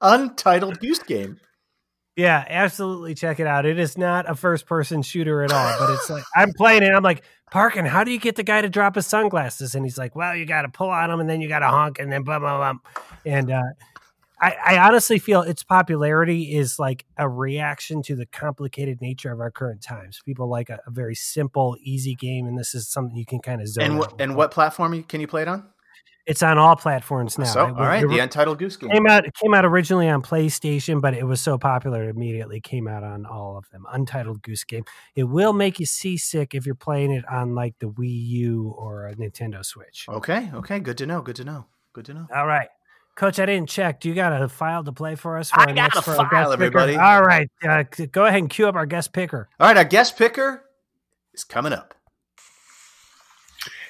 Speaker 3: Untitled Goose Game.
Speaker 2: Yeah, absolutely. Check it out. It is not a first person shooter at all, but it's like I'm playing it. I'm like, Parkin, how do you get the guy to drop his sunglasses? And he's like, Well, you got to pull on him, and then you got to honk, and then blah blah blah. And uh, I, I honestly feel its popularity is like a reaction to the complicated nature of our current times. People like a, a very simple, easy game, and this is something you can kind of zone.
Speaker 3: And
Speaker 2: out
Speaker 3: what and
Speaker 2: with.
Speaker 3: what platform you- can you play it on?
Speaker 2: It's on all platforms now.
Speaker 3: so,
Speaker 2: It
Speaker 3: all
Speaker 2: was-
Speaker 3: right,
Speaker 2: it
Speaker 3: the Untitled Goose Game.
Speaker 2: came out it came out originally on PlayStation, but it was so popular it immediately came out on all of them. Untitled Goose Game. It will make you seasick if you're playing it on like the Wii U or a Nintendo Switch.
Speaker 3: Okay, okay, good to know. Good to know. Good to know.
Speaker 2: All right. Coach, I didn't check. Do you got a file to play for us? For
Speaker 3: I
Speaker 2: our
Speaker 3: got
Speaker 2: next-
Speaker 3: a
Speaker 2: for our
Speaker 3: file,
Speaker 2: guest picker?
Speaker 3: everybody.
Speaker 2: All right. Uh, c- go ahead and cue up our guest picker.
Speaker 3: All right, our guest picker is coming up.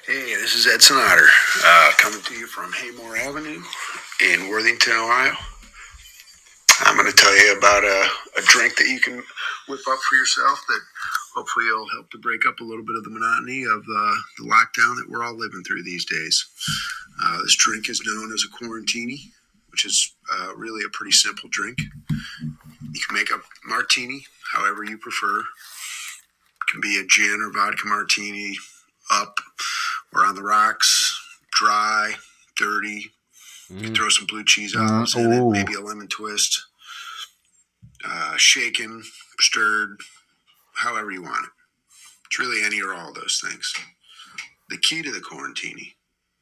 Speaker 7: Hey, this is Edson Otter, uh, coming to you from Haymore Avenue in Worthington, Ohio. I'm going to tell you about a, a drink that you can whip up for yourself that hopefully will help to break up a little bit of the monotony of uh, the lockdown that we're all living through these days. Uh, this drink is known as a quarantini, which is uh, really a pretty simple drink. You can make a martini however you prefer. It can be a gin or vodka martini, up or on the rocks, dry, dirty. You can throw some blue cheese olives in it, maybe a lemon twist, uh, shaken, stirred, however you want it. It's really any or all of those things. The key to the quarantini,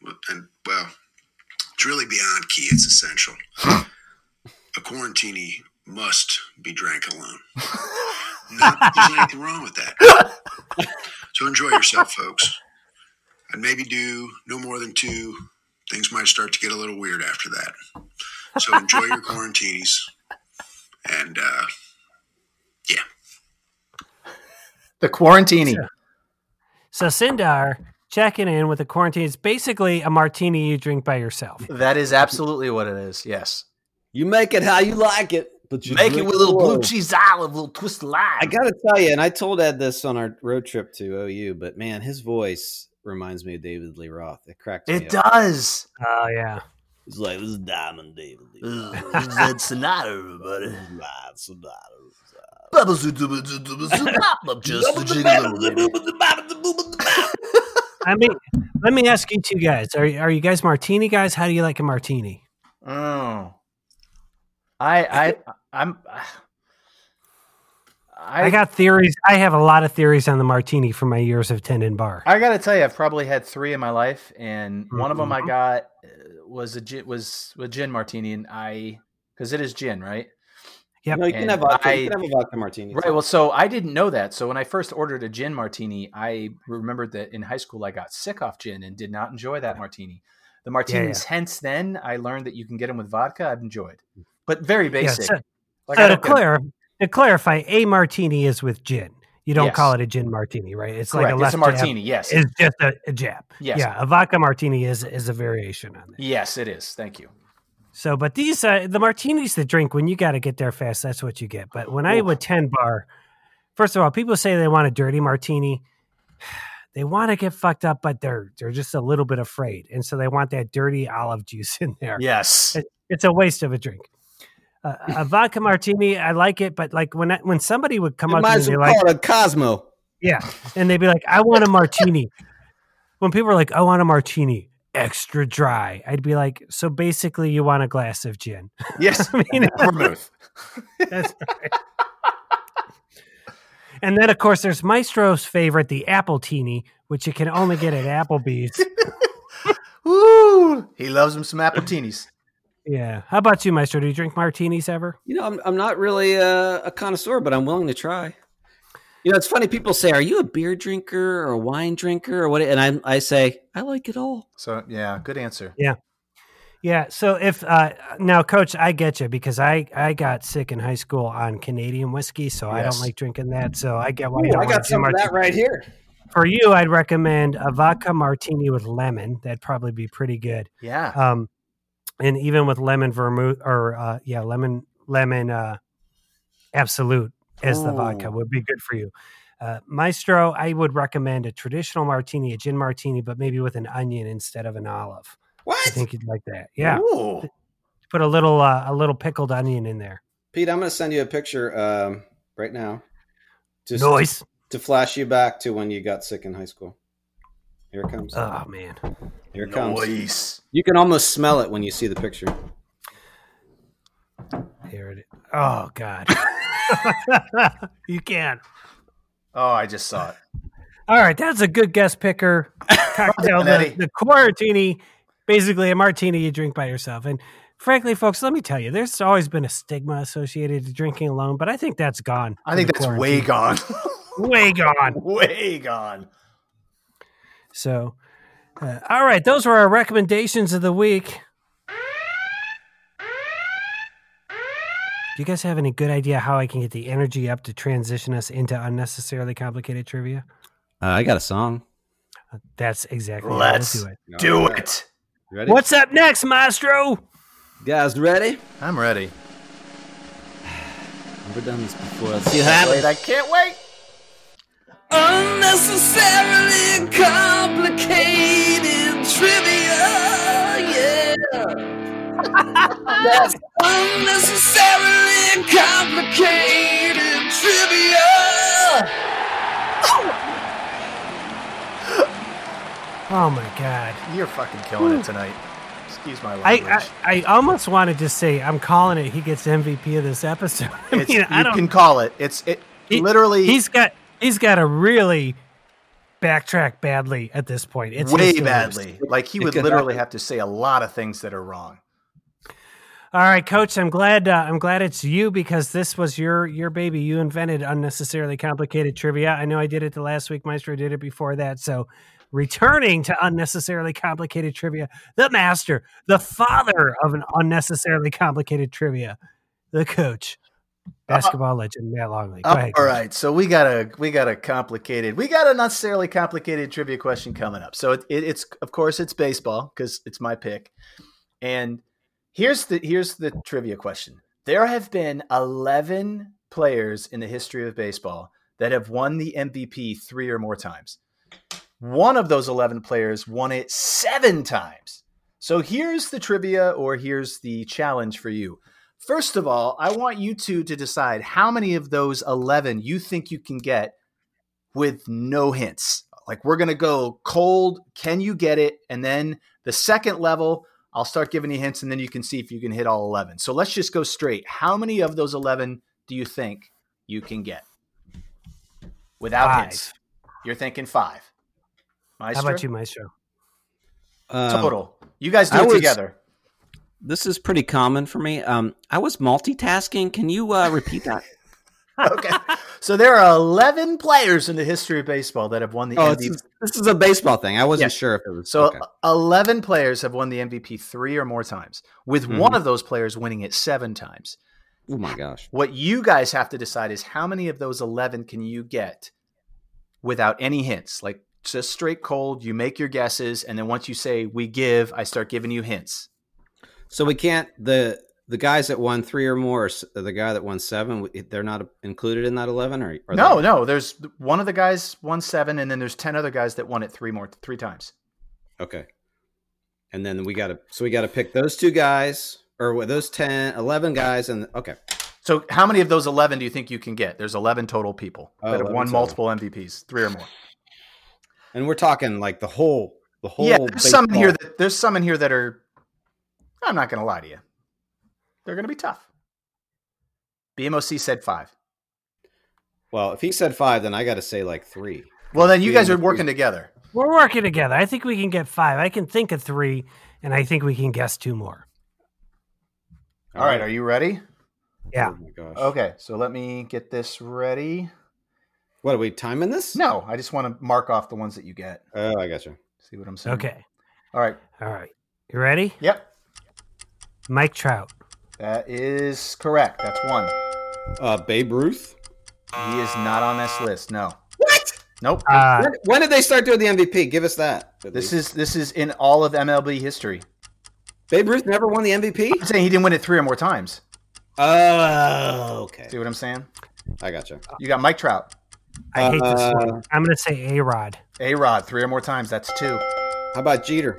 Speaker 7: well, and well, it's really beyond key. It's essential. a quarantini must be drank alone. Not, there's nothing wrong with that. So enjoy yourself, folks. I'd maybe do no more than two. Things might start to get a little weird after that. So enjoy your quarantines. And uh, yeah.
Speaker 3: The Quarantini.
Speaker 2: So Sindar checking in with the quarantine. It's basically a martini you drink by yourself.
Speaker 3: That is absolutely what it is. Yes.
Speaker 5: You make it how you like it, but you
Speaker 3: Make it
Speaker 5: drink
Speaker 3: with a little
Speaker 5: low.
Speaker 3: blue cheese olive, little twist of lime.
Speaker 5: I gotta tell you, and I told Ed this on our road trip to OU, but man, his voice reminds me of David Lee Roth. It cracks me
Speaker 3: it
Speaker 5: up.
Speaker 3: does.
Speaker 2: Oh yeah.
Speaker 5: It's like this is Diamond David Lee. Roth.
Speaker 3: That's sonata, everybody.
Speaker 5: Right, so that is, uh,
Speaker 3: Bubbles, bubbles, bubbles, bubbles, just a jiggle.
Speaker 2: I mean, let me ask you two guys: Are are you guys martini guys? How do you like a martini?
Speaker 3: Oh. I I I'm I,
Speaker 2: I got theories. I have a lot of theories on the martini from my years of tendon bar.
Speaker 3: I gotta tell you, I've probably had three in my life, and one of them
Speaker 2: Mm-hmm.
Speaker 3: I got uh, was a gin, was a gin martini, and I because it is gin, right?
Speaker 2: Yep.
Speaker 5: No, you can
Speaker 3: And
Speaker 5: have vodka.
Speaker 3: I-
Speaker 5: you can have a vodka martini.
Speaker 3: Right. Well, so I didn't know that. So when I first ordered a gin martini, I remembered that in high school I got sick off gin and did not enjoy that martini. The martinis, hence then, I learned that you can get them with vodka. I've enjoyed, but very
Speaker 2: Yeah,
Speaker 3: basic.
Speaker 2: so-
Speaker 3: like
Speaker 2: so
Speaker 3: I
Speaker 2: to,
Speaker 3: don't get-
Speaker 2: clar- to clarify, a martini is with gin. You don't
Speaker 3: Yes.
Speaker 2: call it a gin martini, right? It's
Speaker 3: correct.
Speaker 2: like a left
Speaker 3: it's a
Speaker 2: jab
Speaker 3: martini. Yes.
Speaker 2: Is just a, a jab.
Speaker 3: Yes.
Speaker 2: Yeah, a vodka martini is is a variation on that.
Speaker 3: yes, it is. Thank you.
Speaker 2: So, but these uh, the martinis that drink when you got to get there fast. That's what you get. But when I would ten bar, first of all, people say they want a dirty martini. They want to get fucked up, but they're they're just a little bit afraid, and so they want that dirty olive juice in there.
Speaker 3: Yes.
Speaker 2: It's a waste of a drink. Uh, a vodka martini, I like it, but like when I, when somebody would come
Speaker 5: You
Speaker 2: up
Speaker 5: might
Speaker 2: to me,
Speaker 5: as
Speaker 2: they're
Speaker 5: well
Speaker 2: like,
Speaker 5: call it a Cosmo.
Speaker 2: yeah. And they'd be like, I want a martini. when people are like, I want a martini, extra dry, I'd be like, so basically you want a glass of gin.
Speaker 3: Yes.
Speaker 2: I mean,
Speaker 3: Vermouth.
Speaker 2: that's right. And then, of course, there's Maestro's favorite, the apple teeny, which you can only get at Applebee's.
Speaker 3: Woo! He loves him some appletinis.
Speaker 2: Yeah. How about you, Maestro? Do you drink martinis ever?
Speaker 5: You know, I'm, I'm not really a, a connoisseur, but I'm willing to try. You know, it's funny. People say, "Are you a beer drinker or a wine drinker or what?" And I, I say, I like it all.
Speaker 3: So yeah, good answer.
Speaker 2: Yeah. So if uh, now, Coach, I get you because I I got sick in high school on Canadian whiskey, so I don't
Speaker 3: Yes.
Speaker 2: like drinking that. So I get why you
Speaker 5: Ooh,
Speaker 2: don't
Speaker 5: I
Speaker 2: wanna
Speaker 5: got
Speaker 2: do
Speaker 5: some of
Speaker 2: martinis.
Speaker 5: that right here.
Speaker 2: for you, I'd recommend a vodka martini with lemon. That'd probably be pretty good.
Speaker 3: Yeah.
Speaker 2: Um, and even with lemon vermouth or uh, yeah, lemon lemon uh, absolute as the vodka
Speaker 5: Ooh.
Speaker 2: would be good for you. Uh, Maestro, I would recommend a traditional martini, a gin martini, but maybe with an onion instead of an olive. I
Speaker 5: What,
Speaker 2: think you'd like that. Yeah,
Speaker 3: Ooh.
Speaker 2: put a little uh, a little pickled onion in there.
Speaker 5: Pete? I'm going to send you a picture um, right now. Just
Speaker 2: Noise.
Speaker 5: to flash you back to when you got sick in high school. Here it comes.
Speaker 2: Oh man.
Speaker 5: Here it comes.
Speaker 3: Nice.
Speaker 5: You can almost smell it when you see the picture.
Speaker 2: Here it is. Oh god. you can.
Speaker 3: Oh, I just saw it.
Speaker 2: All right, that's a good guest picker cocktail.
Speaker 3: Well done,
Speaker 2: the,
Speaker 3: Eddie.
Speaker 2: the quarantini, basically a martini you drink by yourself. And frankly, folks, let me tell you, there's always been a stigma associated to drinking alone, but I think that's gone.
Speaker 3: I think
Speaker 2: with
Speaker 3: that's
Speaker 2: the
Speaker 3: way gone.
Speaker 2: quarantine. way gone.
Speaker 3: way gone.
Speaker 2: So, uh, all right, those were our recommendations of the week. Do you guys have any good idea how I can get the energy up to transition us into unnecessarily complicated trivia?
Speaker 5: Uh, I got a song.
Speaker 2: That's exactly
Speaker 3: Let's
Speaker 2: how we'll do it.
Speaker 3: Do it.
Speaker 5: You ready?
Speaker 2: What's up next, Maestro?
Speaker 5: Guys, ready?
Speaker 3: I'm ready.
Speaker 5: I've never done this before. Let's see what happens.
Speaker 3: Wait, I can't wait.
Speaker 6: Unnecessarily complicated trivia, yeah. That's unnecessarily complicated trivia.
Speaker 2: Oh my god.
Speaker 3: You're fucking killing it tonight. Excuse my
Speaker 2: I,
Speaker 3: language.
Speaker 2: I, I almost want to just say I'm calling it. He gets MVP of this episode. I
Speaker 3: It's-
Speaker 2: mean, I
Speaker 3: you
Speaker 2: don't.
Speaker 3: can call it. It's it.
Speaker 2: He-
Speaker 3: literally,
Speaker 2: he's got he's got to really backtrack badly at this point. It's
Speaker 3: way
Speaker 2: just the worst.
Speaker 3: badly. Like he would
Speaker 5: could
Speaker 3: literally have to say a lot of things that are wrong.
Speaker 2: All right, Coach. I'm glad. Uh, I'm glad it's you because this was your your baby. You invented unnecessarily complicated trivia. I know I did it the last week. Maestro did it before that. So, returning to unnecessarily complicated trivia, the master, the father of an unnecessarily complicated trivia, the coach, basketball legend Matt Longley. Go
Speaker 3: Uh-huh. All
Speaker 2: ahead.
Speaker 3: right, so we got a we got a complicated we got a not necessarily complicated trivia question coming up. So it, it, it's of course it's baseball because it's my pick, and here's the here's the trivia question. There have been eleven players in the history of baseball that have won the MVP three or more times. One of those eleven players won it seven times. So here's the trivia, or here's the challenge for you. First of all, I want you two to decide how many of those 11 you think you can get with no hints. Like we're going to go cold, can you get it? And then the second level, I'll start giving you hints and then you can see if you can hit all 11. So let's just go straight. How many of those 11 do you think you can get? Without
Speaker 2: Five.
Speaker 3: hints. You're thinking 5.
Speaker 2: How
Speaker 3: Maestro?
Speaker 2: about you, Maestro?
Speaker 5: Um,
Speaker 3: Total. you guys do
Speaker 5: I
Speaker 3: it
Speaker 5: was-
Speaker 3: together.
Speaker 5: This is pretty common for me. Um, I was multitasking. Can you uh, repeat that?
Speaker 3: okay. So there are 11 players in the history of baseball that have won the
Speaker 5: oh,
Speaker 3: MVP.
Speaker 5: this is, this is a baseball thing. I wasn't
Speaker 3: Yeah.
Speaker 5: sure if it was.
Speaker 3: So
Speaker 5: okay.
Speaker 3: 11 players have won the MVP 3 or more times, with
Speaker 5: Mm-hmm.
Speaker 3: one of those players winning it 7 times.
Speaker 5: oh my gosh.
Speaker 3: What you guys have to decide is how many of those 11 can you get without any hints? Like just straight cold, you make your guesses and then once you say we give, I start giving you hints.
Speaker 5: So we can't the the guys that won three or more. s- The guy that won seven. we- They're not included in that eleven, or, or
Speaker 3: no,
Speaker 5: they-
Speaker 3: no, there's one of the guys won 7 and then there's 10 other guys that won it 3 more 3 times.
Speaker 5: Okay. And then we got to so we got to pick those two guys or what, those 10, 11 guys and okay.
Speaker 3: So how many of those 11 do you think you can get? There's 11 total people
Speaker 5: Oh,
Speaker 3: that have
Speaker 5: 11
Speaker 3: won
Speaker 5: total.
Speaker 3: multiple MVPs, 3 or more.
Speaker 5: And we're talking like the whole the whole
Speaker 3: yeah, there's some in
Speaker 5: baseball-
Speaker 3: here that there's some in here that are. I'm not going to lie to you. They're going to be tough. BMOC said five.
Speaker 5: Well, if he said 5 then I got to say like 3.
Speaker 3: Well, then you guys are
Speaker 5: BMOC
Speaker 3: working together.
Speaker 2: We're working together. I think we can get five. I can think of three, and I think we can guess two more.
Speaker 3: All right, are you ready?
Speaker 2: Yeah.
Speaker 5: Oh my gosh.
Speaker 3: Okay, so let me get this ready.
Speaker 5: What are we timing this?
Speaker 3: No, I just want to mark off the ones that you get.
Speaker 5: Oh, I got you.
Speaker 3: See what I'm saying?
Speaker 2: Okay.
Speaker 3: All right.
Speaker 2: All right. You ready?
Speaker 3: Yep.
Speaker 2: Mike Trout.
Speaker 3: That is correct. That's one.
Speaker 5: Uh Babe Ruth?
Speaker 3: He is not on this list. No.
Speaker 5: What?
Speaker 3: Nope.
Speaker 2: Uh,
Speaker 5: when, when did they start doing the MVP? Give us that. at
Speaker 3: This
Speaker 5: least.
Speaker 3: is this is in all of MLB history.
Speaker 5: Babe Ruth never won the MVP?
Speaker 3: I'm saying he didn't win it three or more times.
Speaker 5: Oh, okay.
Speaker 3: See what I'm saying?
Speaker 5: I got you.
Speaker 3: You got Mike Trout,
Speaker 2: I hate this
Speaker 5: Uh,
Speaker 2: one. I'm going to say A Rod.
Speaker 3: A Rod, three or more times. That's two.
Speaker 5: How about Jeter?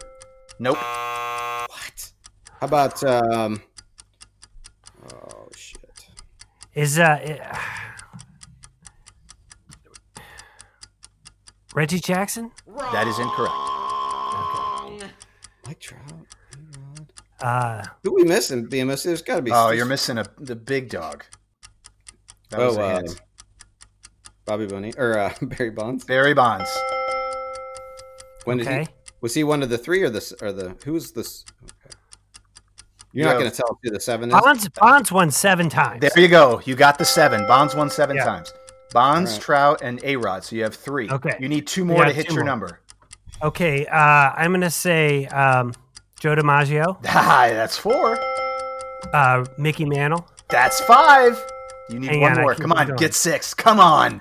Speaker 3: Nope.
Speaker 5: What? How about um? Oh shit!
Speaker 2: Is uh, eh, Reggie Jackson?
Speaker 3: That is incorrect.
Speaker 5: Mike Trout. Erod.
Speaker 2: Uh,
Speaker 5: Who we missing? BMS. There's got to be.
Speaker 3: Oh, you're missing a the big dog. That was
Speaker 5: Oh,
Speaker 3: a
Speaker 5: uh,
Speaker 3: hit.
Speaker 5: Bobby Bonilla or uh, Barry Bonds.
Speaker 3: Barry Bonds.
Speaker 5: When did
Speaker 2: okay.
Speaker 5: he? Was he one of the three or the s- or the who's this? Okay. You're
Speaker 3: No.
Speaker 5: not going to tell who the seven is.
Speaker 2: Bonds, Bonds won seven times.
Speaker 3: There you go. You got the seven. Bonds won seven
Speaker 2: Yeah.
Speaker 3: times. Bonds,
Speaker 5: All right.
Speaker 3: Trout, and A Rod. So you have three.
Speaker 2: Okay.
Speaker 3: You need two
Speaker 2: We
Speaker 3: more to
Speaker 2: got
Speaker 3: hit
Speaker 2: two
Speaker 3: your
Speaker 2: more.
Speaker 3: number.
Speaker 2: Okay. Uh, I'm going to say um, Joe DiMaggio,
Speaker 3: Ah, that's four.
Speaker 2: uh, Mickey Mantle.
Speaker 3: That's five. You need
Speaker 2: Hang
Speaker 3: one
Speaker 2: on, I
Speaker 3: more.
Speaker 2: keep
Speaker 3: Come on,
Speaker 2: going.
Speaker 3: get six. Come on.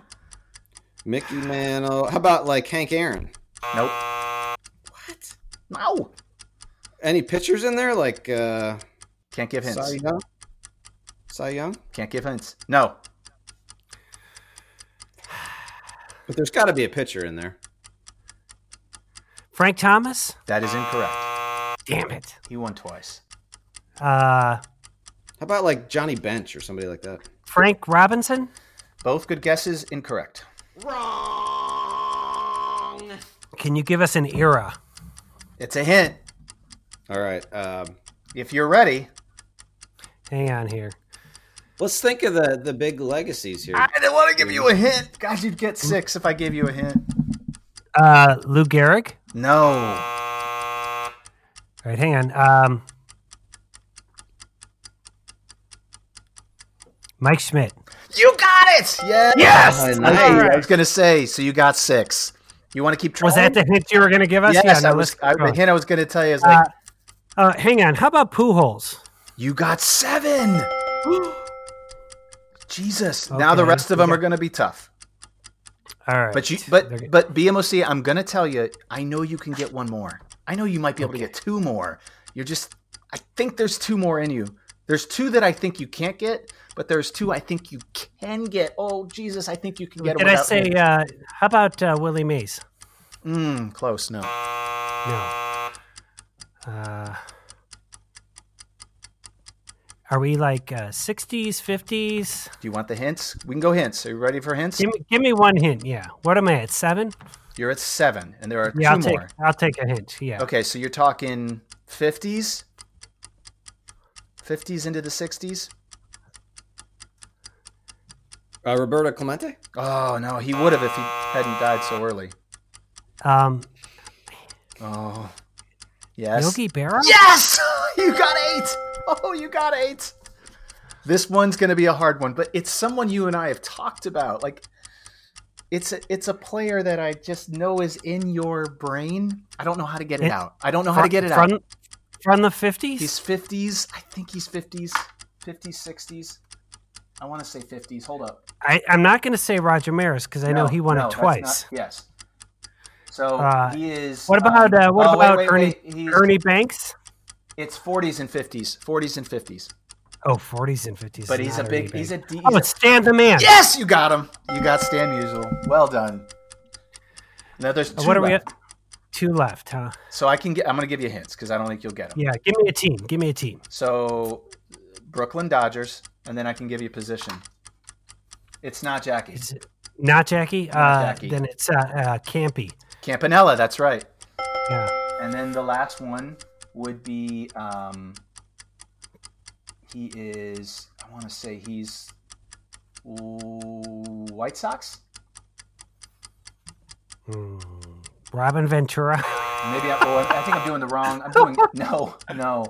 Speaker 5: Mickey Mantle. How about like Hank Aaron?
Speaker 3: Nope. What? No.
Speaker 5: Any pitchers in there like uh,
Speaker 3: Can't give hints.
Speaker 5: Cy Young? Cy Young.
Speaker 3: Can't give hints. No.
Speaker 5: But there's got to be a pitcher in there.
Speaker 2: Frank Thomas?
Speaker 3: That is incorrect.
Speaker 2: Damn it.
Speaker 3: He won twice.
Speaker 2: Uh,
Speaker 5: How about like Johnny Bench or somebody like that?
Speaker 2: Frank Robinson?
Speaker 3: Both good guesses. Incorrect.
Speaker 2: Can you give us an era?
Speaker 3: It's a hint.
Speaker 5: All right. Um,
Speaker 3: If you're ready.
Speaker 2: Hang on here.
Speaker 5: let's think of the the big legacies here.
Speaker 3: I didn't want to give you a hint. God, you'd get six if I gave you a hint.
Speaker 2: Uh, Lou Gehrig?
Speaker 3: No.
Speaker 2: All right, hang on. Um, Mike Schmidt.
Speaker 3: You got it! Yes! Yes!
Speaker 5: Oh, nice.
Speaker 3: I was going to say, so you got six. You want to keep trying?
Speaker 2: Was that the hint you were going to give us?
Speaker 3: Yes,
Speaker 2: no,
Speaker 3: I was,
Speaker 2: let's
Speaker 3: I,
Speaker 2: keep
Speaker 3: the
Speaker 2: going.
Speaker 3: hint I was going to tell you is like,
Speaker 2: Uh, uh, hang on. How about Pujols?
Speaker 3: you got seven! Jesus. Now the
Speaker 2: Okay,
Speaker 3: rest of
Speaker 2: we
Speaker 3: them are
Speaker 2: got-
Speaker 3: going to be tough.
Speaker 2: All right.
Speaker 3: But you, but
Speaker 2: They're-
Speaker 3: but BMOC, I'm going to tell you. I know you can get one more. I know you might be able to get two more. You're just. I think there's two more in you. There's two that I think you can't get, but there's two I think you can get. Oh Jesus, I think you can get. 'em
Speaker 2: did I
Speaker 3: without
Speaker 2: say?
Speaker 3: me.
Speaker 2: Uh, how about uh, Willie Mays?
Speaker 3: Mm, close. No.
Speaker 2: No. Uh, are we like uh, 60s, 50s?
Speaker 3: Do you want the hints? We can go hints. Are you ready for hints?
Speaker 2: Give me, give me one hint. Yeah. What am I at? Seven?
Speaker 3: You're at seven, and there are
Speaker 2: Yeah,
Speaker 3: 2
Speaker 2: I'll
Speaker 3: more.
Speaker 2: take. I'll take a hint. Yeah.
Speaker 3: Okay, so you're talking 50s, 50s into the 60s.
Speaker 5: Uh, Roberto Clemente.
Speaker 3: Oh no, he would have if he hadn't died so early.
Speaker 2: Um,
Speaker 3: Oh, yes,
Speaker 2: Yogi Berra.
Speaker 3: yes, you got eight. Oh, you got eight. This one's gonna be a hard one, but it's someone you and I have talked about. Like, it's a, it's a player that I just know is in your brain. I don't know how to get it,
Speaker 2: It-
Speaker 3: out. I don't know how to get it out.
Speaker 2: from, From the 50s.
Speaker 3: He's 50s. I think he's 50s. 50s, 60s. I want to say 50s. Hold up.
Speaker 2: I, I'm not going to say Roger Maris because I know
Speaker 3: No,
Speaker 2: he won
Speaker 3: no,
Speaker 2: it
Speaker 3: that's
Speaker 2: twice.
Speaker 3: not- yes. So
Speaker 2: Uh,
Speaker 3: he is.
Speaker 2: What about
Speaker 3: um,
Speaker 2: uh, what
Speaker 3: oh, wait,
Speaker 2: about
Speaker 3: wait,
Speaker 2: Ernie
Speaker 3: wait, he's-
Speaker 2: Ernie Banks?
Speaker 3: It's 40s and 50s. 40s and 50s.
Speaker 2: Oh, 40s and 50s.
Speaker 3: But
Speaker 2: is
Speaker 3: he's a
Speaker 2: not
Speaker 3: big.
Speaker 2: Ernie
Speaker 3: He's a.
Speaker 2: Banks.
Speaker 3: D- he's
Speaker 2: Oh,
Speaker 3: a-
Speaker 2: it's Stan the Man.
Speaker 3: yes, you got him. You got Stan Musial. Well done. Now there's two
Speaker 2: Uh, What are we
Speaker 3: left.
Speaker 2: at? Two left, huh?
Speaker 3: So I can get. I'm gonna give you hints because I don't think you'll get them.
Speaker 2: Yeah, give me a team. Give me a team.
Speaker 3: So Brooklyn Dodgers, and then I can give you position. It's not Jackie.
Speaker 2: Is it not Jackie?
Speaker 3: Not
Speaker 2: uh,
Speaker 3: Jackie.
Speaker 2: Then it's uh, uh, Campy.
Speaker 3: Campanella. That's right.
Speaker 2: Yeah.
Speaker 3: And then the last one would be um, he is, I want to say he's ooh, White Sox?
Speaker 2: Hmm. Robin Ventura.
Speaker 3: Maybe I, oh, I I think I'm doing the wrong. I'm doing, no, no,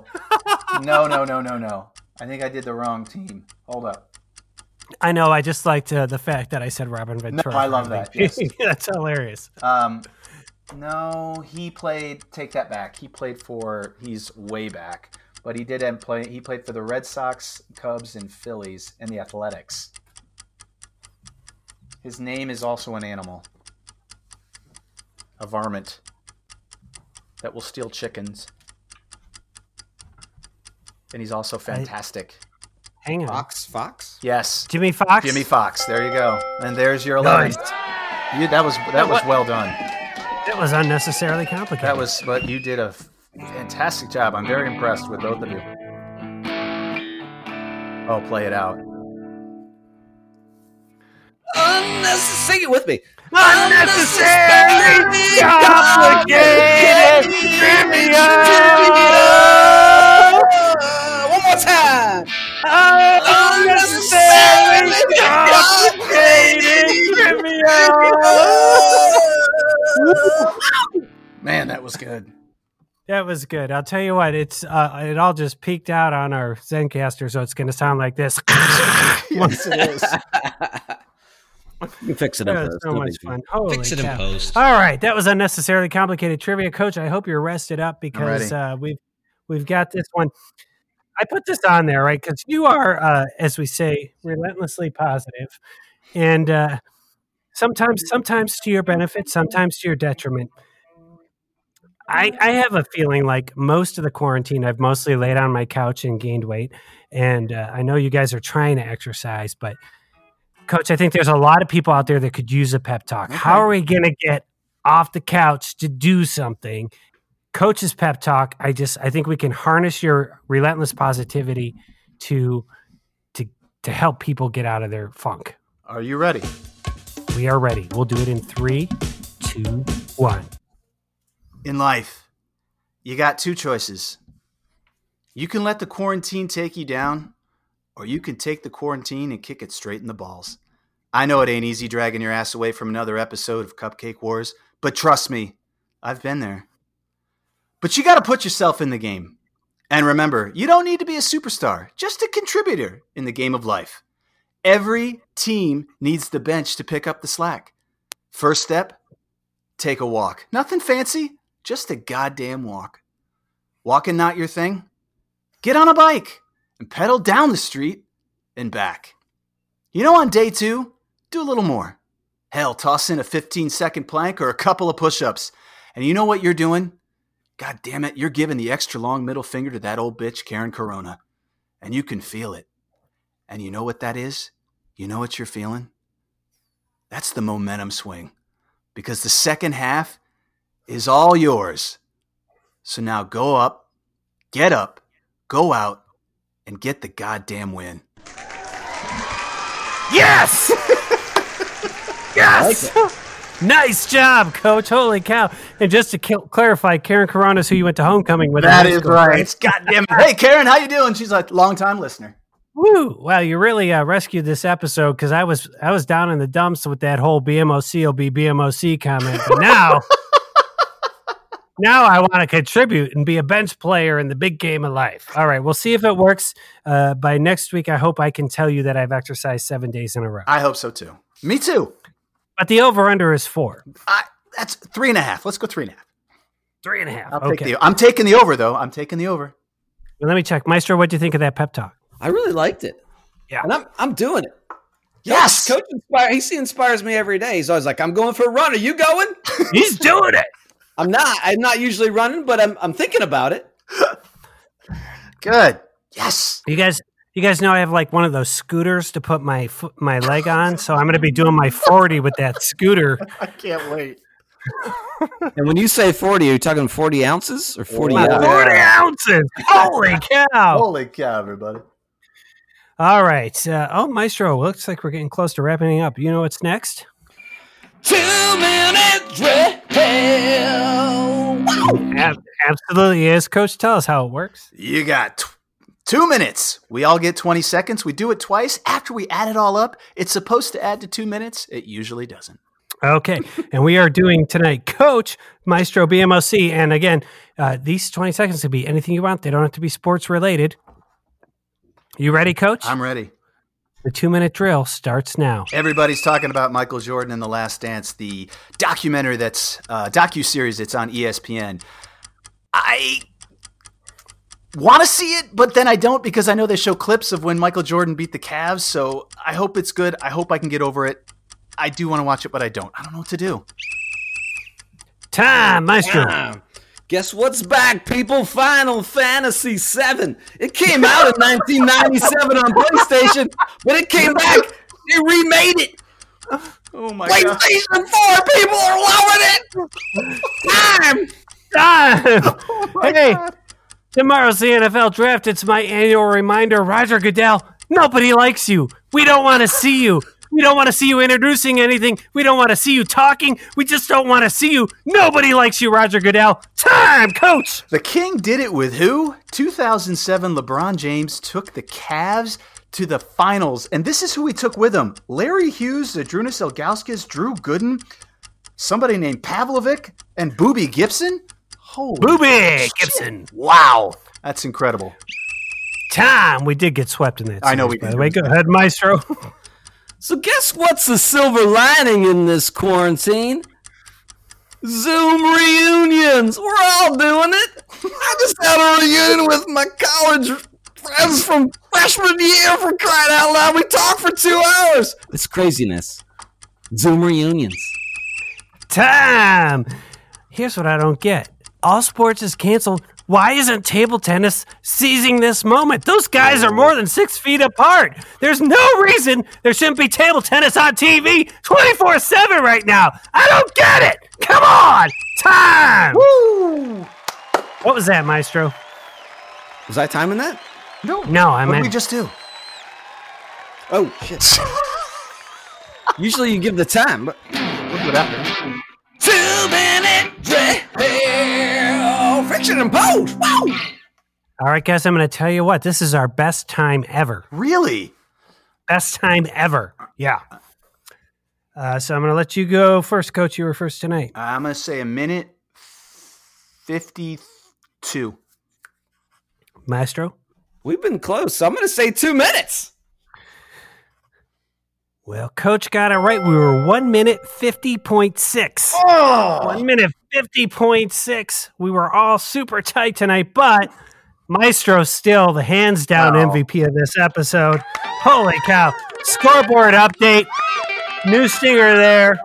Speaker 3: no, no, no, no, no. I think I did the wrong team. Hold up.
Speaker 2: I know. I just liked uh, the fact that I said Robin Ventura.
Speaker 3: I love that, yes.
Speaker 2: That's hilarious.
Speaker 3: Um, no, he played, take that back. He played for, he's way back. But he did end play. He played for the Red Sox, Cubs, and Phillies, and the Athletics. His name is also an animal, a varmint that will steal chickens, and he's also fantastic.
Speaker 2: Hang on.
Speaker 5: Fox. Fox.
Speaker 3: yes,
Speaker 2: Jimmy Fox.
Speaker 3: Jimmy Fox. There you go, and there's your eleven. You, that was that was well done.
Speaker 2: That was unnecessarily complicated.
Speaker 3: That was, but you did a fantastic job. I'm very impressed with both of you. Oh, play it out.
Speaker 5: Unnecessary. Sing it with me.
Speaker 6: Unnecessary
Speaker 2: complicated.
Speaker 5: Uh,
Speaker 6: One more time.
Speaker 2: Unnecessarily
Speaker 6: complicated
Speaker 3: Man, that was good.
Speaker 2: That was good. I'll tell you what, it's uh, it all just peaked out on our Zencaster, so it's going to sound like this.
Speaker 3: yes, it is.
Speaker 5: You can fix it
Speaker 2: That
Speaker 5: up.
Speaker 2: was
Speaker 5: though. It's
Speaker 2: so
Speaker 5: no
Speaker 2: much
Speaker 5: big deal.
Speaker 2: fun. Holy
Speaker 8: Fix it in
Speaker 2: cow.
Speaker 8: post.
Speaker 2: All right, that was unnecessarily complicated trivia, Coach. I hope you're rested up because
Speaker 3: ready.
Speaker 2: uh, we've we've got this one. I put this on there, right? Because you are, uh, as we say, relentlessly positive, and uh, sometimes sometimes to your benefit, sometimes to your detriment. I, I have a feeling like most of the quarantine, I've mostly laid on my couch and gained weight. And uh, I know you guys are trying to exercise, but Coach, I think there's a lot of people out there that could use a pep talk. How are we going to get off the couch to do something? Coach's pep talk. I just I think we can harness your relentless positivity to to to help people get out of their funk.
Speaker 3: Are you ready?
Speaker 2: We are ready. We'll do it in three, two, one.
Speaker 1: in life.
Speaker 3: You got two choices. You can let the quarantine take you down, or you can take the quarantine and kick it straight in the balls. I know it ain't easy dragging your ass away from another episode of Cupcake Wars, but trust me, I've been there. But you got to put yourself in the game. And remember, you don't need to be a superstar, just a contributor in the game of life. Every team needs the bench to pick up the slack. First step, take a walk. Nothing fancy, just a goddamn walk. Walking not your thing? Get on a bike and pedal down the street and back.
Speaker 1: You know, on day two, do a little more. Hell, toss in a 15 second plank or a couple of push ups. And you know what you're doing? God damn it, you're giving the extra long middle finger to that old bitch, Karen Corona. And you can feel it. And you know what that is? You know what you're feeling? That's the momentum swing. Because the second half is all yours. So now go up, get up, go out, and get the goddamn win.
Speaker 2: Yes! yes! nice job, coach. Holy cow. And just to cl- clarify, Karen Carano's who you went to homecoming with. in
Speaker 3: That
Speaker 2: high
Speaker 3: is
Speaker 2: school.
Speaker 3: right.
Speaker 1: It's goddamn it. Hey, Karen, how you doing? She's a longtime listener.
Speaker 2: Woo! Wow, you really uh, rescued this episode because I was I was down in the dumps with that whole BMOC will be BMOC comment, but now now I want to contribute and be a bench player in the big game of life. All right, we'll see if it works. Uh, by next week, I hope I can tell you that I've exercised seven days in a row.
Speaker 1: I hope so too. Me too.
Speaker 2: But the over under is four,
Speaker 1: I, that's three and a half. Let's go three and a half.
Speaker 2: three and a half.
Speaker 1: I'll
Speaker 2: okay,
Speaker 1: take the, I'm taking the over though. I'm taking the over.
Speaker 2: let me check, Maestro. What do you think of that pep talk?
Speaker 5: I really liked it.
Speaker 2: Yeah.
Speaker 5: and I'm I'm doing it.
Speaker 1: Yes.
Speaker 5: Coach inspire. He inspires me every day. He's always like, "I'm going for a run. Are you going?"
Speaker 2: He's doing it.
Speaker 5: I'm not. I'm not usually running, but I'm I'm thinking about it.
Speaker 1: Good. Yes.
Speaker 2: You guys, you guys know I have like one of those scooters to put my fo- my leg on, so I'm going to be doing my 40 with that scooter.
Speaker 3: I can't wait.
Speaker 5: And when you say forty, are you talking forty ounces or forty?
Speaker 2: My
Speaker 5: ounces?
Speaker 2: 40 ounces! Holy cow!
Speaker 1: Holy cow, everybody.
Speaker 2: All right. Uh, oh, Maestro, looks like we're getting close to wrapping it up. You know what's next? Two minute drill. Absolutely is, Coach. Tell us how it works.
Speaker 1: You got tw- two minutes. We all get 20 seconds. We do it twice. After we add it all up, it's supposed to add to two minutes. It usually doesn't.
Speaker 2: Okay, and we are doing tonight, Coach Maestro BMOC, and again, uh, these twenty seconds can be anything you want. They don't have to be sports related. You ready, Coach?
Speaker 1: I'm ready.
Speaker 2: the two minute drill starts now.
Speaker 1: Everybody's talking about Michael Jordan and The Last Dance, the documentary that's uh, docu series that's on E ESPN. I want to see it, but then I don't because I know they show clips of when Michael Jordan beat the Cavs. So I hope it's good. I hope I can get over it. I do want to watch it, but I don't. I don't know what to do.
Speaker 2: Time,
Speaker 1: Oh
Speaker 2: Maestro.
Speaker 5: Ah, Guess what's back, people? Final Fantasy VII. It came out in 1997 on PlayStation, but it came back. They remade it.
Speaker 1: Oh my
Speaker 5: PlayStation 4. People are loving it. Time.
Speaker 2: Time. hey, tomorrow's the NFL draft. It's my annual reminder. Roger Goodell, nobody likes you. We don't want to see you. We don't want to see you introducing anything. We don't want to see you talking. We just don't want to see you. Nobody likes you, Roger Goodell. Time, coach.
Speaker 1: The King did it with who? 2007 LeBron James took the Cavs to the finals, and this is who he took with him. Larry Hughes, Adrunas Ilgauskas, Drew Gooden, somebody named Pavlovic, and Booby Gibson? Holy
Speaker 2: Booby Gibson.
Speaker 1: Wow. That's incredible.
Speaker 2: Time. We did get swept in that. Series,
Speaker 1: I know we
Speaker 2: by
Speaker 1: did.
Speaker 2: the way. Go ahead, Maestro.
Speaker 5: So, guess what's the silver lining in this quarantine? Zoom reunions. We're all doing it. I just had a reunion with my college friends from freshman year for crying out loud. We talked for two hours. It's craziness. Zoom reunions.
Speaker 2: time. Here's what I don't get. All sports is canceled. Why isn't table tennis seizing this moment? Those guys are more than six feet apart. There's no reason there shouldn't be table tennis on TV 24 7 right now. I don't get it. Come on. Time. What was that, Maestro?
Speaker 5: Was I timing that?
Speaker 1: No.
Speaker 2: No, I
Speaker 1: What did we
Speaker 2: meant.
Speaker 1: just do?
Speaker 5: Oh, shit. Usually you give the time, but
Speaker 1: Look what happened.
Speaker 5: friction and pose. Wow.
Speaker 2: All right, guys, I'm going to tell you what. This is our best time ever.
Speaker 1: Really?
Speaker 2: Best time ever. Yeah. Uh, so I'm going to let you go first, coach. You were first tonight.
Speaker 1: I'm going to say a minute 52.
Speaker 2: Maestro?
Speaker 5: We've been close, so I'm going to say two minutes.
Speaker 2: Well, coach got it right. We were one minute fifty point six.
Speaker 5: Oh.
Speaker 2: One minute fifty point six. We were all super tight tonight, but Maestro still the hands down MVP of this episode. Holy cow! Scoreboard update. New stinger there.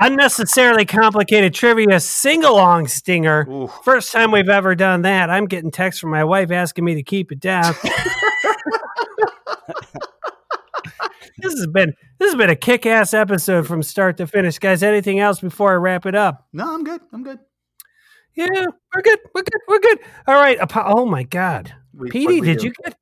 Speaker 2: Unnecessarily complicated trivia sing along stinger.
Speaker 3: Ooh.
Speaker 2: First time we've ever done that. I'm getting texts from my wife asking me to keep it down. this has been this has been a kick ass episode from start to finish, guys. Anything else before I wrap it up?
Speaker 1: No, I'm good. I'm good.
Speaker 2: Yeah, we're good. We're good. We're good. All right. apo- Oh my God,
Speaker 3: We-
Speaker 2: Petey,
Speaker 3: what'd we
Speaker 2: did
Speaker 3: do?
Speaker 2: you get?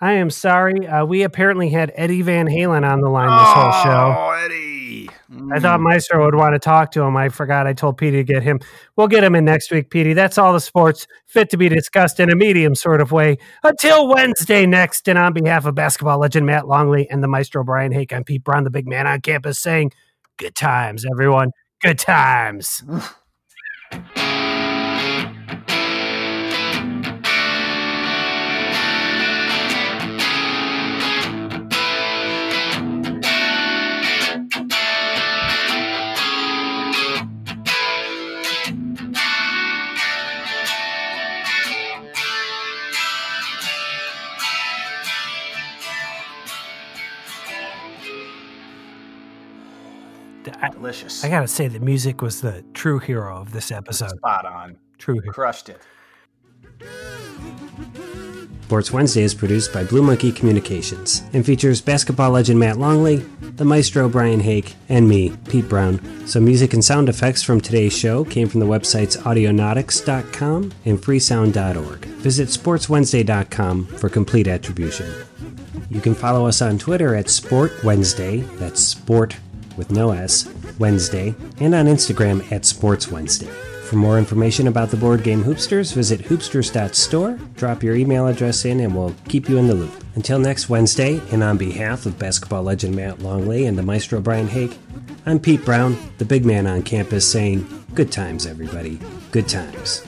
Speaker 2: I am sorry. Uh, we apparently had Eddie Van Halen on the line this whole show.
Speaker 3: Oh, Eddie.
Speaker 2: I thought Maestro would want to talk to him. I forgot. I told Petey to get him. We'll get him in next week, Petey. That's all the sports fit to be discussed in a medium sort of way. Until Wednesday next, and on behalf of basketball legend Matt Longley and the Maestro Brian Hake, I'm Pete Brown, the big man on campus, saying good times, everyone. Good times.
Speaker 1: Mm,
Speaker 2: I-
Speaker 3: Delicious.
Speaker 2: I gotta say, the music was the true hero of this episode.
Speaker 3: Spot on.
Speaker 2: True hero.
Speaker 3: Crushed it.
Speaker 2: Sports Wednesday is produced by Blue Monkey Communications and features basketball legend Matt Longley, the maestro Brian Hake, and me, Pete Brown. Some music and sound effects from today's show came from the websites audionautics.com and freesound.org. Visit sportswednesday.com for complete attribution. You can follow us on Twitter at Sport Wednesday, that's sport with no S, Wednesday, and on Instagram at Sports Wednesday. For more information about the board game Hoopsters, visit hoopsters.store, drop your email address in, and we'll keep you in the loop. Until next Wednesday, and on behalf of basketball legend Matt Longley and the maestro Brian Hake, I'm Pete Brown, the big man on campus, saying, Good times, everybody. Good times.